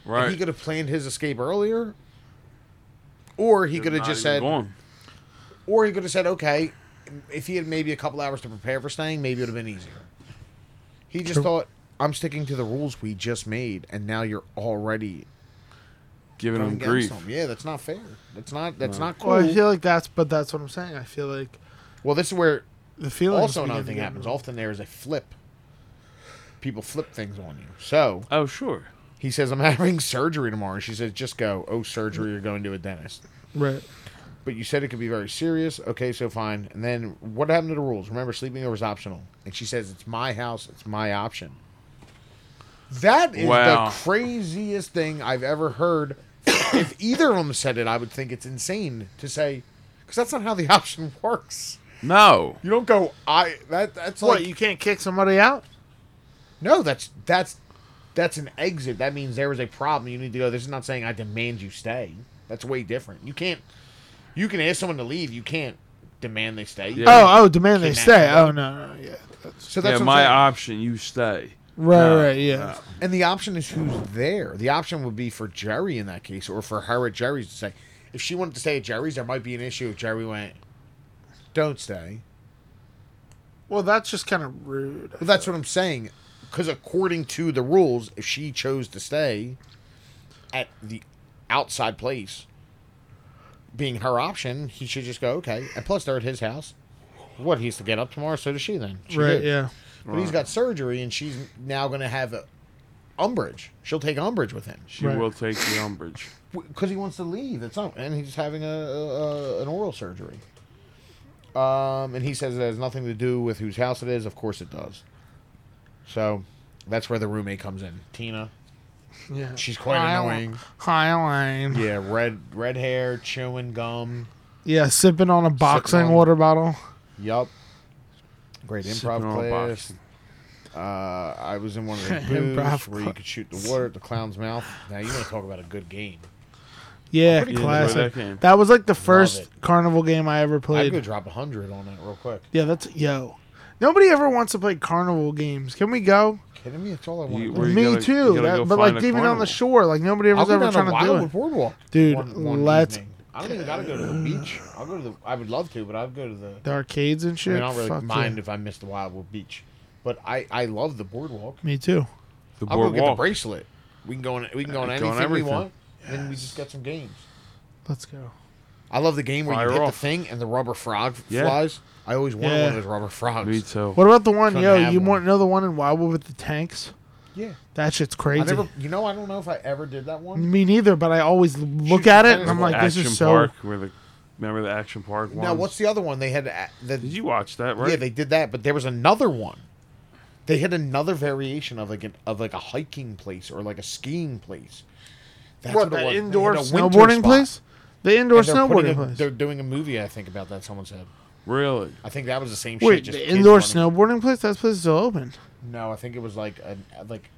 S3: And
S2: Right.
S3: He could have planned his escape earlier. Or he
S2: They're
S3: could have
S2: not
S3: just
S2: even
S3: said,
S2: gone.
S3: or he could have said, okay, if he had maybe a couple hours to prepare for staying, maybe it would have been easier. He just
S1: True.
S3: thought, I'm sticking to the rules we just made, and now you're already
S2: giving
S3: going
S2: him
S3: against
S2: grief.
S3: them. Yeah, that's not fair. That's not that's not cool.
S1: Well, I feel like that's, but that's what I'm saying. I feel like
S3: well, this is where
S1: the feeling.
S3: also another thing happens. Often there is a flip. People flip things on you. So
S2: Oh sure.
S3: he says, I'm having surgery tomorrow. She says, just go. Oh, surgery, you're going to a dentist.
S1: Right.
S3: But you said it could be very serious. Okay, so fine. And then what happened to the rules? Remember, sleeping over is optional. And she says, it's my house, it's my option. That is
S2: Wow.
S3: the craziest thing I've ever heard. if either of them said it, I would think it's insane to say, because that's not how the option works.
S2: No.
S3: You don't go, I, that, that's
S1: what?
S3: like,
S1: You can't kick somebody out?
S3: no, that's, that's, that's an exit. That means there is a problem. You need to go, this is not saying I demand you stay. That's way different. You can't, you can ask someone to leave. You can't demand they stay.
S2: Yeah.
S1: Oh, oh, demand they
S3: Kidnap
S1: stay.
S3: somebody.
S1: Oh no, no, yeah.
S3: So
S2: Yeah,
S3: that's
S2: my
S3: option.
S2: option. You stay.
S1: Right,
S2: No,
S1: right, yeah.
S3: and the option is who's there. The option would be for Jerry in that case, or for her at Jerry's to say, if she wanted to stay at Jerry's, there might be an issue if Jerry went, "Don't stay."
S1: Well, that's just kind of rude.
S3: Well, that's what I'm saying, because according to the rules, if she chose to stay at the outside place, being her option, he should just go okay. And plus, they're at his house. What he has to get up tomorrow, so does she. Then she
S1: right,
S3: did.
S1: yeah.
S3: But he's got surgery, and she's now going to have a umbrage. She'll take umbrage with him
S2: She
S1: Right.
S2: will take the umbrage.
S3: because he wants to leave. It's not, and he's having a, a, a an oral surgery. Um, and he says it has nothing to do with whose house it is. Of course, it does. So, that's where the roommate comes in. Tina.
S1: Yeah.
S3: She's quite
S1: Hi, Elaine.
S3: annoying.
S1: Hi, Elaine. Yeah.
S3: Yeah, red red hair, chewing gum.
S1: sipping on a boxing
S3: on-
S1: water bottle.
S3: Yup. Great improv
S2: Sipping on
S3: class.
S2: boxing.
S3: Uh, I was in one of the
S1: Improv
S3: booths where you
S1: class.
S3: could shoot the water at the clown's mouth. Now you want to talk about a good game?
S1: Yeah,
S3: pretty
S2: You enjoy
S1: classic.
S2: that game.
S1: That was like the first
S3: it.
S1: carnival game I ever
S3: I
S1: played.
S3: could drop a hundred on that real quick.
S1: Yeah, that's yo. Nobody ever wants to play carnival games. Can we go?
S3: Kidding me? That's all I want.
S2: You-
S3: to do.
S2: Where
S1: Me
S2: gotta- you
S1: too.
S2: gotta
S1: That-
S2: go
S1: but
S2: find
S1: like
S2: a
S1: even on
S2: carnival.
S1: the shore, like nobody
S3: I'll
S1: ever's
S3: go
S1: ever
S3: down to
S1: trying to do
S3: Wildwood
S1: it.
S3: Boardwalk.
S1: Dude, let's-
S3: I don't even gotta go to the beach. I'll go to the. I would love to, but I'd go to the.
S1: The arcades and
S3: I
S1: shit.
S3: mean, I don't really
S1: Fuck yeah.
S3: mind if I miss the Wildwood Beach, but I I love the boardwalk.
S1: Me too.
S2: The
S3: I'll go get the
S2: boardwalk.
S3: bracelet. We can go on. We can go on
S2: Go on
S3: anything we
S2: everything.
S3: want. And we just got some games.
S1: Let's go.
S3: I love the game where
S2: Fire
S3: you hit
S2: off.
S3: the thing and the rubber frog f-
S2: Yeah.
S3: flies. I always wanted
S1: Yeah.
S3: one of those rubber frogs.
S2: Me too.
S1: What about the one,
S3: Couldn't
S1: yo?
S3: Oh. have
S1: You
S3: one.
S1: want to know the one in Wildwood with the tanks?
S3: Yeah,
S1: That shit's
S3: I
S1: crazy.
S3: never. You know, I don't know if I ever did that one.
S1: Me neither, but I always look
S3: the
S1: at it
S3: tennis
S1: and I'm
S3: ball.
S1: like, this
S2: Action
S1: is so.
S2: Park. Where the remember the Action Park one?
S3: Now, what's the other one they had? a- The,
S2: Did you watch that? Right.
S3: Yeah, they did that, but there was another one. They had another variation of like an, of like a hiking place or like a skiing place. That's
S1: What,
S3: it
S1: the
S3: was. They
S1: indoor
S3: had a winter
S1: snowboarding
S3: spot.
S1: place? The indoor
S3: And they're putting
S1: snowboarding
S3: a- They're
S1: place.
S3: doing a movie, I think, about that. Someone said.
S2: Really?
S3: I think that was the same shit.
S1: Wait,
S3: just
S1: the
S3: kids
S1: indoor
S3: running.
S1: snowboarding place? That place is still open.
S3: No, I think it was like an like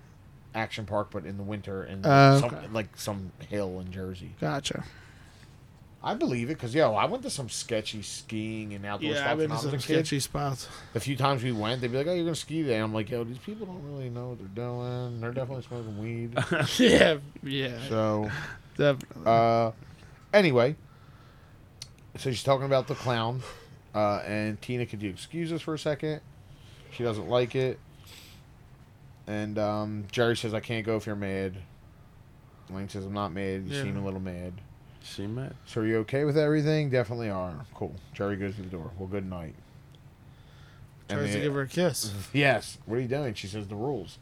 S3: action park, but in the winter and
S1: Oh,
S3: some,
S1: okay.
S3: like some hill in Jersey.
S1: Gotcha.
S3: I believe it because yo, I went to some sketchy skiing and outdoor spots when I was a kid.
S1: spots.
S3: the few times we went, they'd be like, "Oh, you're gonna ski today." I'm like, "Yo, these people don't really know what they're doing. They're definitely smoking weed."
S1: yeah, yeah,
S3: so,
S1: definitely.
S3: uh, anyway, so she's talking about the clown, uh, and Tina, could you excuse us for a second? She doesn't like it, and um, Jerry says, "I can't go if you're mad." Lane says, "I'm not mad. You
S1: Yeah.
S3: seem a little mad."
S2: See, Matt.
S3: So are you okay with everything? Definitely are. Cool. Jerry goes to the door. Well, good night. And
S1: Tries to
S3: they-
S1: give her a
S3: uh,
S1: kiss.
S3: Yes. What are you doing? She says the rules.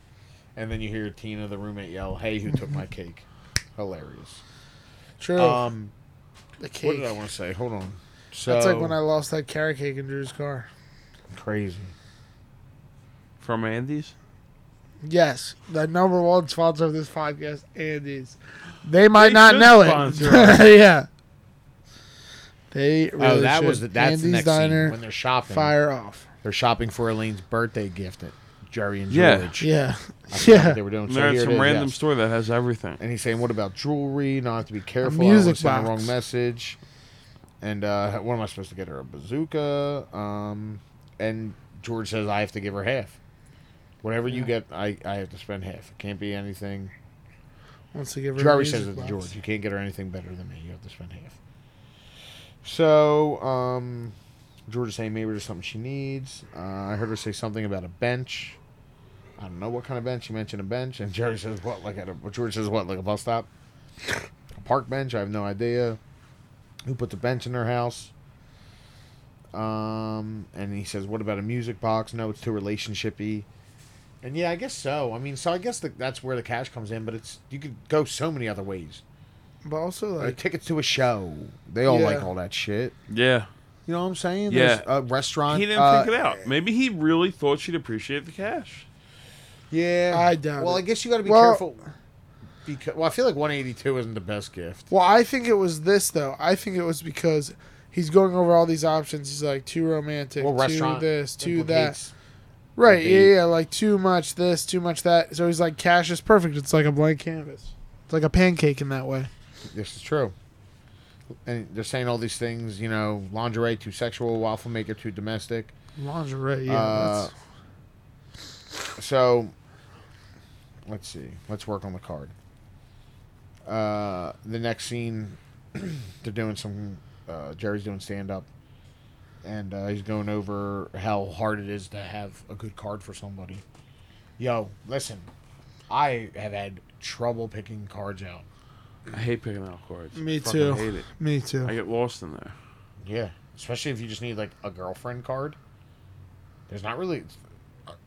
S3: And then you hear Tina, the roommate, yell, "Hey, who took my cake?" Hilarious.
S1: True.
S3: Um,
S1: the Oh, cake.
S3: what did I want to say? Hold on. So
S1: That's like when I lost that carrot cake in Drew's car.
S3: Crazy.
S2: From Andy's?
S1: Yes, the number one sponsor of this podcast, Andes. They might
S2: They
S1: not
S2: should
S1: know
S2: sponsor
S1: it. yeah. They really
S3: oh, that
S1: should.
S3: was the, that's
S1: Andy's
S3: the next
S1: Diner.
S3: scene when they're shopping.
S1: fire off.
S3: They're shopping for Elaine's birthday gift at Jerry and
S2: Yeah.
S3: George.
S1: Yeah.
S3: I forgot
S1: Yeah.
S3: what They were doing
S2: And
S3: so
S2: they're
S3: here
S2: at
S3: it
S2: some
S3: is,
S2: random
S3: yes.
S2: store that has everything.
S3: And he's saying, "What about jewelry? You don't have to be careful.
S1: music
S3: I don't wanna send
S1: box.
S3: the wrong message." And uh, what am I supposed to get her? A bazooka? Um, and George says, "I have to give her half. Whatever you get, I, I have to spend half. It can't be anything."
S1: Wants to give her. a
S3: Jari
S1: music
S3: says it to
S1: box.
S3: George. You can't get her anything better than me. You have to spend half. So, um, George is saying maybe there's something she needs. Uh, I heard her say something about a bench. I don't know what kind of bench. She mentioned a bench, and Jerry says what? Like at a George says what? Like a bus stop, a park bench. I have no idea. Who put the bench in their house? Um, and he says, what about a music box? No, it's too relationshipy. And yeah, I guess so. I mean, so I guess the, that's where the cash comes in, but it's you could go so many other ways.
S1: But also,
S3: Like,
S1: like,
S3: tickets to a show, they all
S1: Yeah.
S3: like all that shit.
S2: Yeah.
S3: You know what I'm saying?
S2: Yeah.
S3: There's a restaurant.
S2: He didn't
S3: uh,
S2: think it out. Maybe he really thought she'd appreciate the cash.
S3: Yeah,
S1: I doubt
S3: Well,
S1: it.
S3: I guess you got to be
S1: Well-
S3: careful. Because well, I feel like 182 isn't the best gift.
S1: well, I think it was this though. I think it was because he's going over all these options. He's like too romantic,
S3: Well,
S1: too
S3: restaurant
S1: this, too that.
S3: implicates-
S1: Right?
S3: the
S1: Yeah,
S3: date.
S1: yeah. Like too much this, too much that. So he's like, cash is perfect. It's like a blank canvas. It's like a pancake in that way.
S3: This is true. And they're saying all these things. You know, lingerie too sexual, waffle maker too domestic.
S1: Lingerie. Yeah.
S3: Uh,
S1: that's-
S3: so let's see. Let's work on the card. Uh, the next scene, they're doing some. Uh, Jerry's doing stand up, and uh, he's going over how hard it is to have a good card for somebody. Yo, listen, I have had trouble picking cards out.
S2: I hate picking out cards.
S1: Me
S2: I fucking
S1: too.
S2: hate it.
S1: Me too.
S2: I get lost in there.
S3: Yeah, especially if you just need like a girlfriend card. There's not really.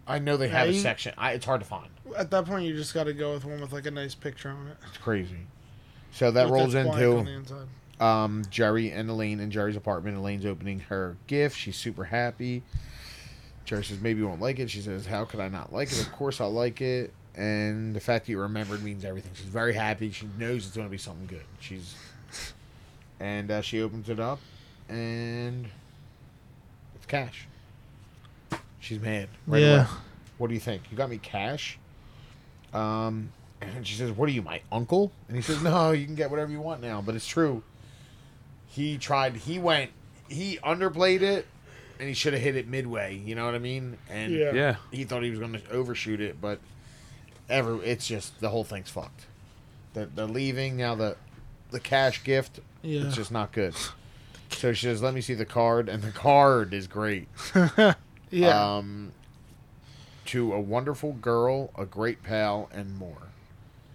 S3: I know they have a
S1: Right?
S3: section. I, it's hard to find.
S1: At that point, you just got to go with one with like a nice picture on it.
S3: It's crazy. So that rolls into
S1: into.
S3: um, Jerry and Elaine in Jerry's apartment. Elaine's opening her gift. She's super happy. Jerry says, "Maybe you won't like it." She says, "How could I not like it? Of course I'll like it." And the fact that you remembered means everything. She's very happy. She knows it's going to be something good. She's and uh, she opens it up, and it's cash. She's mad. Right
S1: Yeah.
S3: away. What do you think? You got me cash. Um, and she says, "What are you, my uncle?" And he says, "No, you can get whatever you want now." But it's true. He tried. He went. He underplayed it, and he should have hit it midway. You know what I mean? And
S1: Yeah.
S2: Yeah.
S3: he thought he was going to overshoot it, but ever it's just the whole thing's fucked. The the leaving now the the cash gift
S1: Yeah.
S3: it's just not good. So she says, "Let me see the card," and the card is great.
S1: yeah.
S3: Um, to a wonderful girl, a great pal, and more.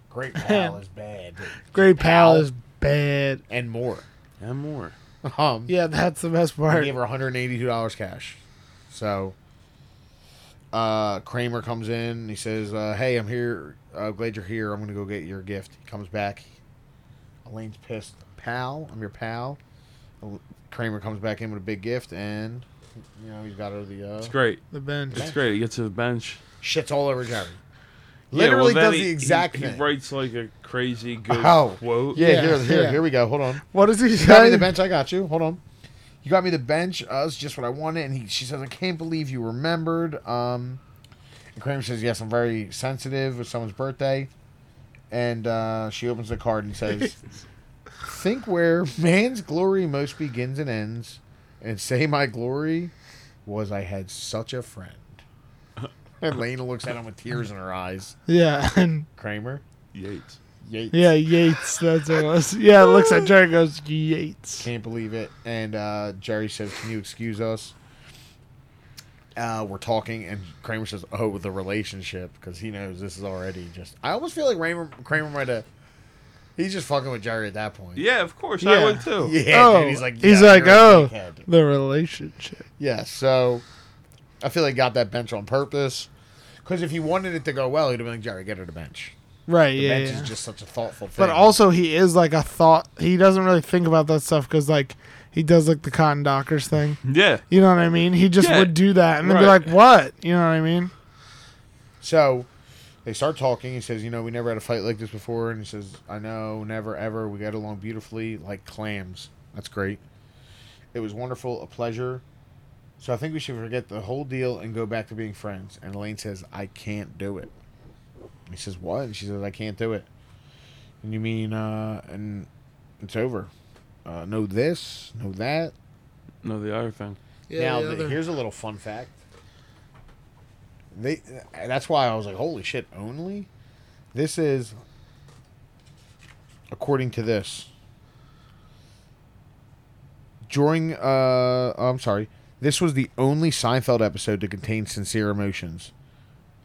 S3: Great pal is bad.
S1: Great pal is bad.
S3: and more.
S2: And more.
S3: Um,
S1: Yeah, that's the best
S3: I
S1: part.
S3: gave her $182 cash. So uh, Kramer comes in. and He says, uh, Hey, I'm here. Uh, glad you're here. I'm going to go get your gift. He comes back. Elaine's pissed. Pal, I'm your pal. El- Kramer comes back in with a big gift, and, you know, he's got her the. Uh,
S2: It's great.
S1: The bench.
S2: It's great. He gets to the bench.
S3: shits all over Jerry.
S2: Yeah, well,
S3: Literally
S2: then
S3: does
S2: he-
S3: the exact
S2: he,
S3: thing.
S2: He writes like a crazy good
S3: Oh.
S2: quote.
S3: yeah,
S1: Yeah,
S3: here, here,
S1: yeah.
S3: here we go. Hold on.
S1: What does he
S3: You got me
S1: say?
S3: the bench. I got you. Hold on. You got me the bench. Uh, it's just what I wanted. And he, she says, I can't believe you remembered. Um, and Kramer says, Yes, I'm very sensitive with someone's birthday. And uh, she opens the card and says, Think where man's glory most begins and ends, and say my glory was I had such a friend. And Lena looks at him with tears in her eyes.
S1: Yeah. And
S3: Kramer,
S2: Yates.
S3: Yates.
S1: yeah, Yates. That's what it was. Yeah, it looks like Jerry and goes, Yates.
S3: Can't believe it. And uh, Jerry says, Can you excuse us? Uh, we're talking, and Kramer says, Oh, the relationship, because he knows this is already just. I almost feel like Kramer, Kramer might have. He's just fucking with Jerry at that point.
S2: Yeah, of course.
S1: Yeah.
S2: I would too.
S3: Yeah,
S1: Oh,
S3: dude, he's like,
S1: he's
S3: "Yeah,
S1: like,
S3: you're a
S1: "Oh."
S3: dickhead."
S1: The relationship.
S3: Yeah, so I feel like he got that bench on purpose. Because if he wanted it to go well, he'd have been like, Jerry, get her to bench.
S1: Right,
S3: The
S1: yeah.
S3: bench
S1: yeah.
S3: is just such a thoughtful thing.
S1: but also, he is like a thought. He doesn't really think about that stuff because, like, he does like the Cotton Dockers thing.
S2: Yeah.
S1: You know what I mean? He just
S2: Yeah.
S1: would do that and then be
S2: Right.
S1: like, "What?" You know what I mean?
S3: So they start talking. He says, "You know, we never had a fight like this before." And he says, "I know, never ever. We got along beautifully, like clams. That's great. It was wonderful, a pleasure." So I think we should forget the whole deal and go back to being friends. And Elaine says, "I can't do it." He says, "What?" And she says, "I can't do it." And you mean, uh, and it's over. Uh, know this, know that.
S2: No, the other thing.
S4: Yeah,
S3: now,
S4: the
S3: th-
S4: other-
S3: here's a little fun fact. They uh, that's why I was like, "Holy shit!" Only this is according to this. During, uh, I'm sorry, this was the only Seinfeld episode to contain sincere emotions.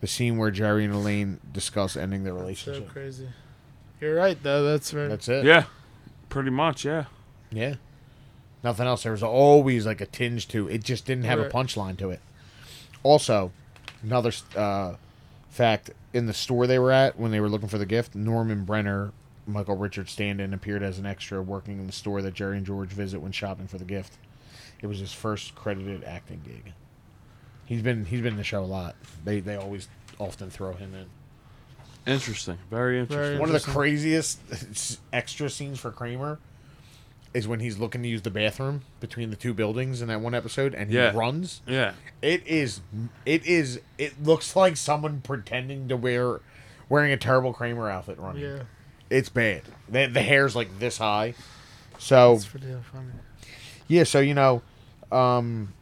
S3: The scene where Jerry and Elaine discuss ending their
S1: So
S3: relationship.
S1: crazy. You're right though. That's very.
S3: That's it.
S2: Yeah. Pretty much, yeah.
S3: Yeah. Nothing else. There was always like a tinge to it. Just didn't have a
S1: Right.
S3: punchline to it. Also, another uh, fact in the store they were at when they were looking for the gift, Norman Brenner, Michael Richard Standen appeared as an extra working in the store that Jerry and George visit when shopping for the gift. It was his first credited acting gig. He's been he's been in the show a lot. They they always often throw him in.
S2: Interesting. Very interesting.
S3: One of the
S1: Interesting.
S3: craziest extra scenes for Kramer is when he's looking to use the bathroom between the two buildings in that one episode, and he
S2: Yeah.
S3: runs.
S2: yeah.
S3: It is, it is, it looks like someone pretending to wear, wearing a terrible Kramer outfit running.
S1: yeah.
S3: It's bad. The, the hair's like this high. So
S1: That's pretty funny.
S3: yeah, so you know, um,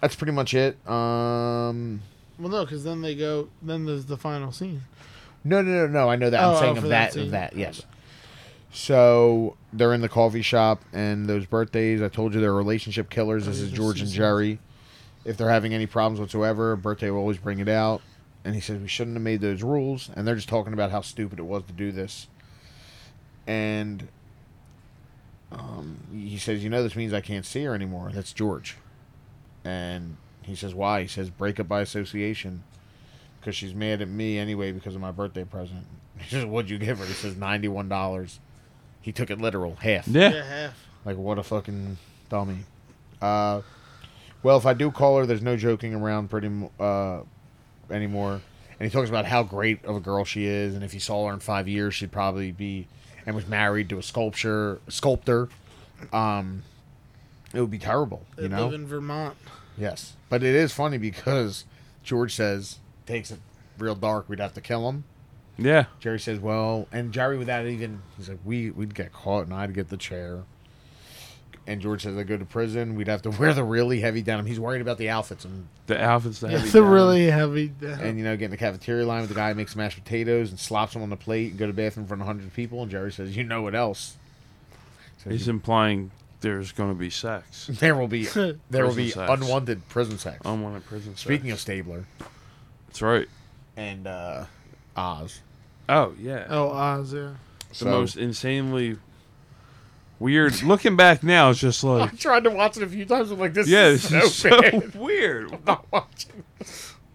S3: that's pretty much it. Um,
S1: Well, no, because then they go. Then there's the final scene.
S3: No, no, no, no. I know that.
S1: Oh,
S3: I'm
S1: oh,
S3: saying
S1: for
S3: of
S1: that
S3: that, of
S1: scene.
S3: that. Yes. So they're in the coffee shop, and those birthdays. I told you they're relationship killers. This
S1: Oh,
S3: is
S1: this
S3: George and
S1: is-
S3: Jerry. If they're having any problems whatsoever, a birthday will always bring it out. And he says we shouldn't have made those rules. And they're just talking about how stupid it was to do this. And um, he says, "You know, this means I can't see her anymore." That's George. And he says, "Why?" He says, "Break up by association." because she's mad at me anyway because of my birthday present. He says, "What'd you give her?" He says, ninety-one dollars." He took it literal, half.
S2: Yeah.
S1: Yeah, half.
S3: Like what a fucking dummy. Uh, well, if I do call her, there's no joking around pretty m- uh, anymore. And he talks about how great of a girl she is, and if he saw her in five years, she'd probably be and was married to a sculpture sculptor. Um, it would be terrible,
S1: They
S3: you know.
S1: live in Vermont.
S3: Yes, but it is funny because George says takes it real dark. We'd have to kill him.
S2: Yeah.
S3: Jerry says, "Well," and Jerry, without even, he's like, "We we'd get caught, and I'd get the chair." And George says, "I go to prison. We'd have to wear the really heavy denim." He's worried about the outfits and
S2: The outfits, the heavy
S1: It's a
S2: down.
S1: really heavy.
S3: and you know getting the cafeteria line with the guy who makes mashed potatoes and slops them on the plate and go to bathroom in front of hundred people. And Jerry says, "You know what else?" So
S2: He's implying there's going to be sex.
S3: there will be there will
S2: Prison
S3: be
S2: sex. Um,
S3: unwanted prison sex.
S2: Unwanted prison
S3: Speaking
S2: sex.
S3: of Stabler
S2: That's right.
S3: and uh, Oz,
S2: Oh, yeah.
S1: oh, Oz. Yeah.
S2: the most insanely weird. Looking back now, it's just
S3: I
S2: like,
S3: tried to watch it a few times. I'm like, this
S2: yeah,
S3: is
S2: this is
S3: so
S2: so
S3: bad.
S2: weird.
S3: not watching.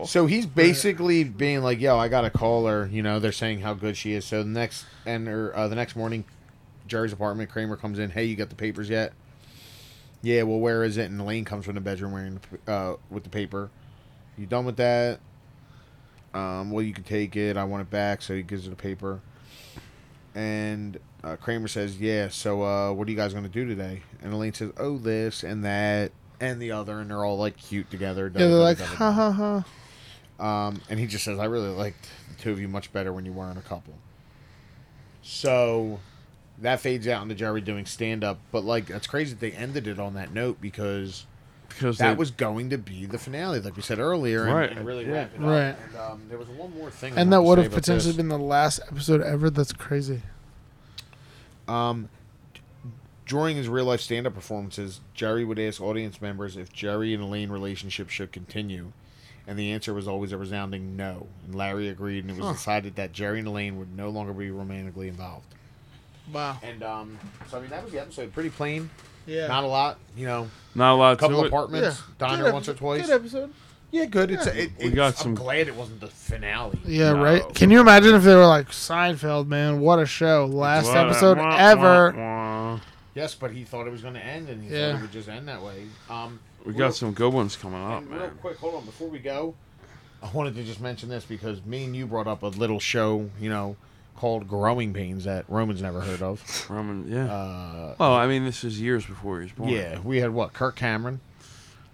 S3: So he's basically being like, "Yo, I got to call her." You know, they're saying how good she is. So the next and or uh, the next morning, Jerry's apartment. Kramer comes in. Hey, you got the papers yet? Yeah. Well, where is it? And Elaine comes from the bedroom wearing the, p- uh, with the paper. You done with that? Um, well, you can take it. I want it back. So he gives her the paper. And uh, Kramer says, "Yeah. So uh, what are you guys going to do today?" And Elaine says, "Oh, this and that and the other." And they're all like cute together.
S1: Yeah, they're like,
S3: da-da-da-da-da-da.
S1: ha ha ha.
S3: Um, and he just says, I really liked the two of you much better when you weren't a couple. So that fades out into Jerry doing stand up. But, like, that's crazy that they ended it on that note because
S2: Because
S3: that
S2: they-
S3: was going to be the finale, like we said earlier. And,
S2: Right.
S3: and really
S2: Yeah.
S3: wrap it up.
S1: Right.
S3: And um, there was one more thing. I
S1: And
S3: wanted
S1: that
S3: to
S1: would
S3: say
S1: have
S3: about
S1: potentially
S3: this.
S1: been the last episode ever. That's crazy.
S3: Um, d- during his real life stand up performances, Jerry would ask audience members if Jerry and Elaine relationship should continue, and the answer was always a resounding no. And Larry agreed, and it was
S1: Huh.
S3: decided that Jerry and Elaine would no longer be romantically involved.
S1: Wow.
S3: And um, so I mean that was the episode. Pretty plain,
S1: Yeah.
S3: not a lot. You know,
S2: not a lot
S3: a couple
S2: to it.
S3: apartments, diner
S1: Good
S3: once or
S1: episode-
S3: twice.
S1: Good episode.
S3: yeah, good. It's, it,
S2: We
S3: it's-
S2: got
S3: I'm
S2: some-
S3: glad it wasn't the finale.
S1: Yeah,
S2: No.
S1: right. Can you imagine if they were like Seinfeld, man? What a show! Last
S2: Wah,
S1: episode
S2: wah,
S1: ever.
S2: wah, wah.
S3: Yes, but he thought it was going to end, and he thought
S1: Yeah.
S3: it would just end that way. Um,
S2: We
S3: real-
S2: got some good ones coming up,
S3: and real
S2: Oh, man.
S3: quick, hold on before we go. I wanted to just mention this because me and you brought up a little show, you know, called Growing Pains that Roman's never heard of.
S2: Roman, yeah.
S3: Uh,
S2: well, I mean, this is years before he was born.
S3: yeah, we had what Kirk Cameron,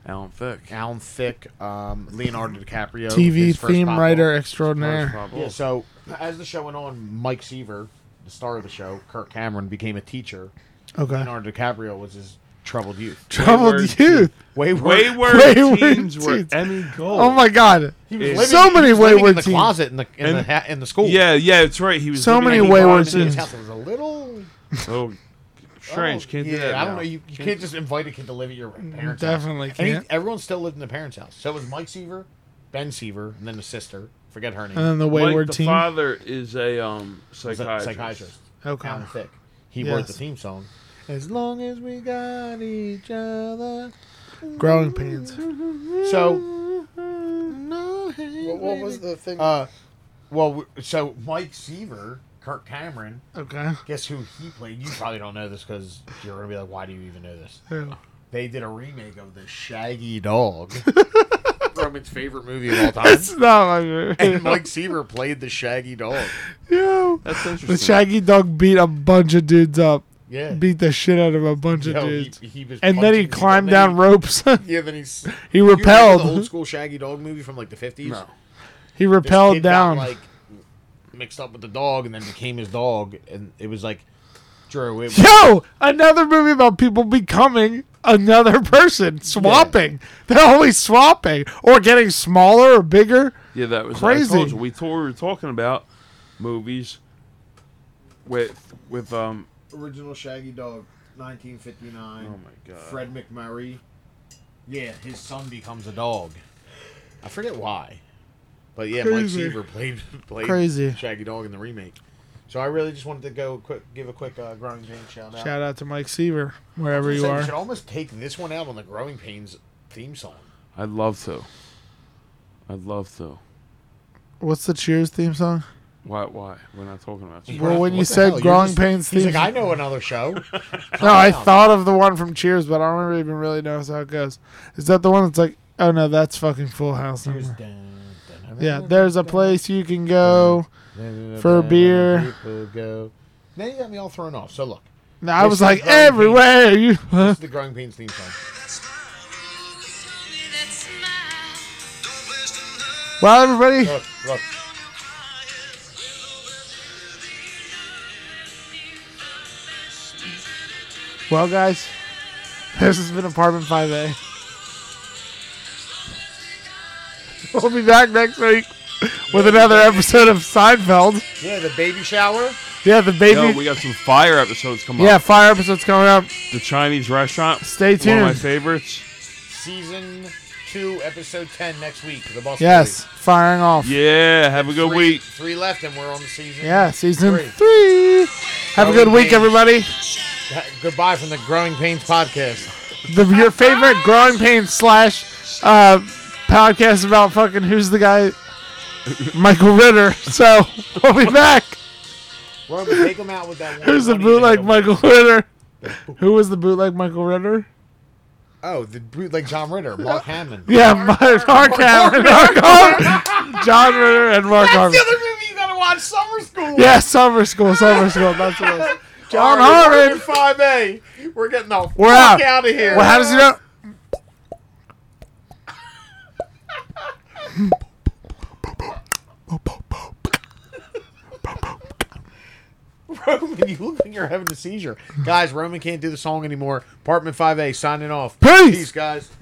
S2: Alan Thicke.
S3: Alan Thicke, um, Leonardo DiCaprio,
S1: TV
S3: his first
S1: theme
S3: pop-up.
S1: writer
S2: First
S1: extraordinaire.
S2: Bob
S3: Yeah,
S2: Hope.
S3: so as the show went on, Mike Seaver, the star of the show, Kirk Cameron became a teacher.
S1: Okay.
S3: Leonardo DiCaprio was his troubled youth.
S1: Troubled
S2: Wayward-
S1: youth.
S3: Wayward.
S2: Wayward,
S1: Wayward
S2: teens were
S1: teens.
S2: Emmy gold.
S1: Oh my god.
S3: He was
S2: Yeah.
S3: living-
S1: So
S3: he
S1: many
S3: was living in
S1: wayward
S3: the
S1: teens.
S3: closet in the in, the,
S2: And-
S3: ha- in the school.
S2: Yeah, yeah, it's right. He was
S1: So
S2: living
S1: many
S2: in-
S3: He brought him
S1: wayward
S3: into
S1: teens.
S3: his house. It was a little
S2: Oh, strange.
S3: Oh,
S2: Can't
S3: yeah,
S2: do Mm, that.
S3: I don't
S2: now.
S3: know. You, you can't just invite a kid to live at your parents'
S1: Definitely
S3: house. And he-
S1: can't.
S3: everyone still lived in the parents' house. So it was Mike Seaver, Ben Seaver, and then the sister. Forget her name.
S1: And then the
S2: Mike,
S1: wayward
S2: the
S1: team.
S2: father is a um
S3: It was a
S2: psychiatrist.
S3: psychiatrist.
S1: Okay.
S3: Alan Thicke. He wrote the
S1: Yes.
S3: theme song. As long as we got each other.
S1: Growing pains.
S2: Mm.
S3: So.
S4: What, what was the thing?
S3: Uh, well, w- so Mike Seaver, Kirk Cameron,
S1: Okay.
S3: guess who he played? You probably don't know this because you're going to be like, why do you even know this?
S1: Yeah.
S3: They did a remake of the Shaggy Dog, Roman's favorite movie of all time.
S1: It's not like
S3: And Mike Seaver played the Shaggy Dog.
S1: Yo.
S2: That's
S1: The
S2: interesting.
S1: Shaggy Dog beat a bunch of dudes up.
S3: Yeah,
S1: Beat the shit out of a bunch of
S3: Yo, he-
S1: dudes.
S3: he was
S1: And then he
S3: punching-
S1: climbed down
S3: then he-
S1: ropes.
S3: Yeah, then he's
S1: he
S3: You remember The
S1: rappelled.
S3: old school Shaggy Dog movie from like the fifties.
S2: No.
S1: He
S3: This
S1: rappelled
S3: kid got,
S1: down.
S3: like mixed up with the dog, and then became his dog, and it was like Drew. It was,
S1: Yo, another movie about people becoming another person, swapping. They're always swapping or getting smaller or bigger.
S2: Yeah, that was
S1: Crazy.
S2: I told you, we told, we were talking about movies with with um.
S3: original Shaggy Dog, 1959.
S2: Oh my god.
S3: Fred McMurray. Yeah, his son becomes a dog. I forget why, but yeah, Mike
S1: Crazy.
S3: Seaver played played
S1: Crazy.
S3: Shaggy Dog in the remake. So I really just wanted to go quick, give a quick uh, growing pains shout out.
S1: Shout out to Mike Seaver, wherever
S3: So
S1: you
S3: We should
S1: are.
S3: almost take this one out on the growing pains theme song.
S2: I'd love to. I'd love to.
S1: What's the Cheers theme song?
S2: Why? Why? We're not talking about.
S3: Yeah.
S2: You.
S1: Well, when
S3: What
S1: you
S3: the hell?
S1: said
S3: You're
S1: Growing
S3: just-
S1: Pains
S3: He's
S1: theme,
S3: like, I know another show.
S1: no, I
S3: Calm down.
S1: thought of the one from Cheers, but I don't really even really notice how it goes. Is that the one that's like, oh no, that's fucking Full House.
S3: Here's
S1: number.
S3: dun, dun, dun,
S1: Yeah,
S3: dun,
S1: there's a
S3: dun,
S1: place you can go.
S3: dun, dun,
S1: for
S3: dun,
S1: beer.
S3: dun, people go. Now you got me all thrown off. So look,
S1: Now, I
S3: This
S1: was
S3: is
S1: like,
S3: Growing Pains.
S1: everywhere you.
S3: this is the Growing Pains theme song.
S1: Wow, everybody.
S3: Look, look.
S1: Well, guys, this has been Apartment 5A. We'll be back next week with another episode of Seinfeld.
S3: Yeah, the baby shower.
S1: Yeah, the
S2: Yo,
S1: baby.
S2: we got some fire episodes coming
S1: yeah,
S2: up.
S1: fire episodes coming up.
S2: The Chinese restaurant.
S1: Stay
S2: One of my
S1: tuned.
S2: favorites.
S3: Season two, episode ten next week. The Boston.
S1: Yes, firing off. Yeah,
S2: Yeah. Have a
S3: Three.
S2: good week.
S3: Three left, and we're on the season.
S1: season
S3: Three.
S1: three. Have a good week, everybody.
S3: Goodbye from the Growing Pains podcast.
S1: The, your favorite growing pain slash uh, podcast about fucking who's the guy, Michael Ritter. So we'll be back.
S3: Roman, take him out with that one.
S1: Who's the
S3: funny thing
S1: bootleg
S3: over-
S1: Michael Ritter? Who was the bootleg Michael Ritter?
S3: Oh, the bootleg John Ritter, Mark Hammond.
S1: Yeah, Mark, Mark, Hamill, Mark Hamill, John Ritter, and Mark Harmon.
S3: movie you gotta watch, Summer School.
S1: Yeah, summer school, summer school. That's what it was. John Harmon.
S3: Five A. We're getting the
S1: We're
S3: fuck
S1: out.
S3: out of here.
S1: Well, how does he know?
S3: Roman, you look like you're having a seizure, guys. Roman can't do the song anymore. Apartment Five A signing off.
S1: Peace.
S3: Peace guys.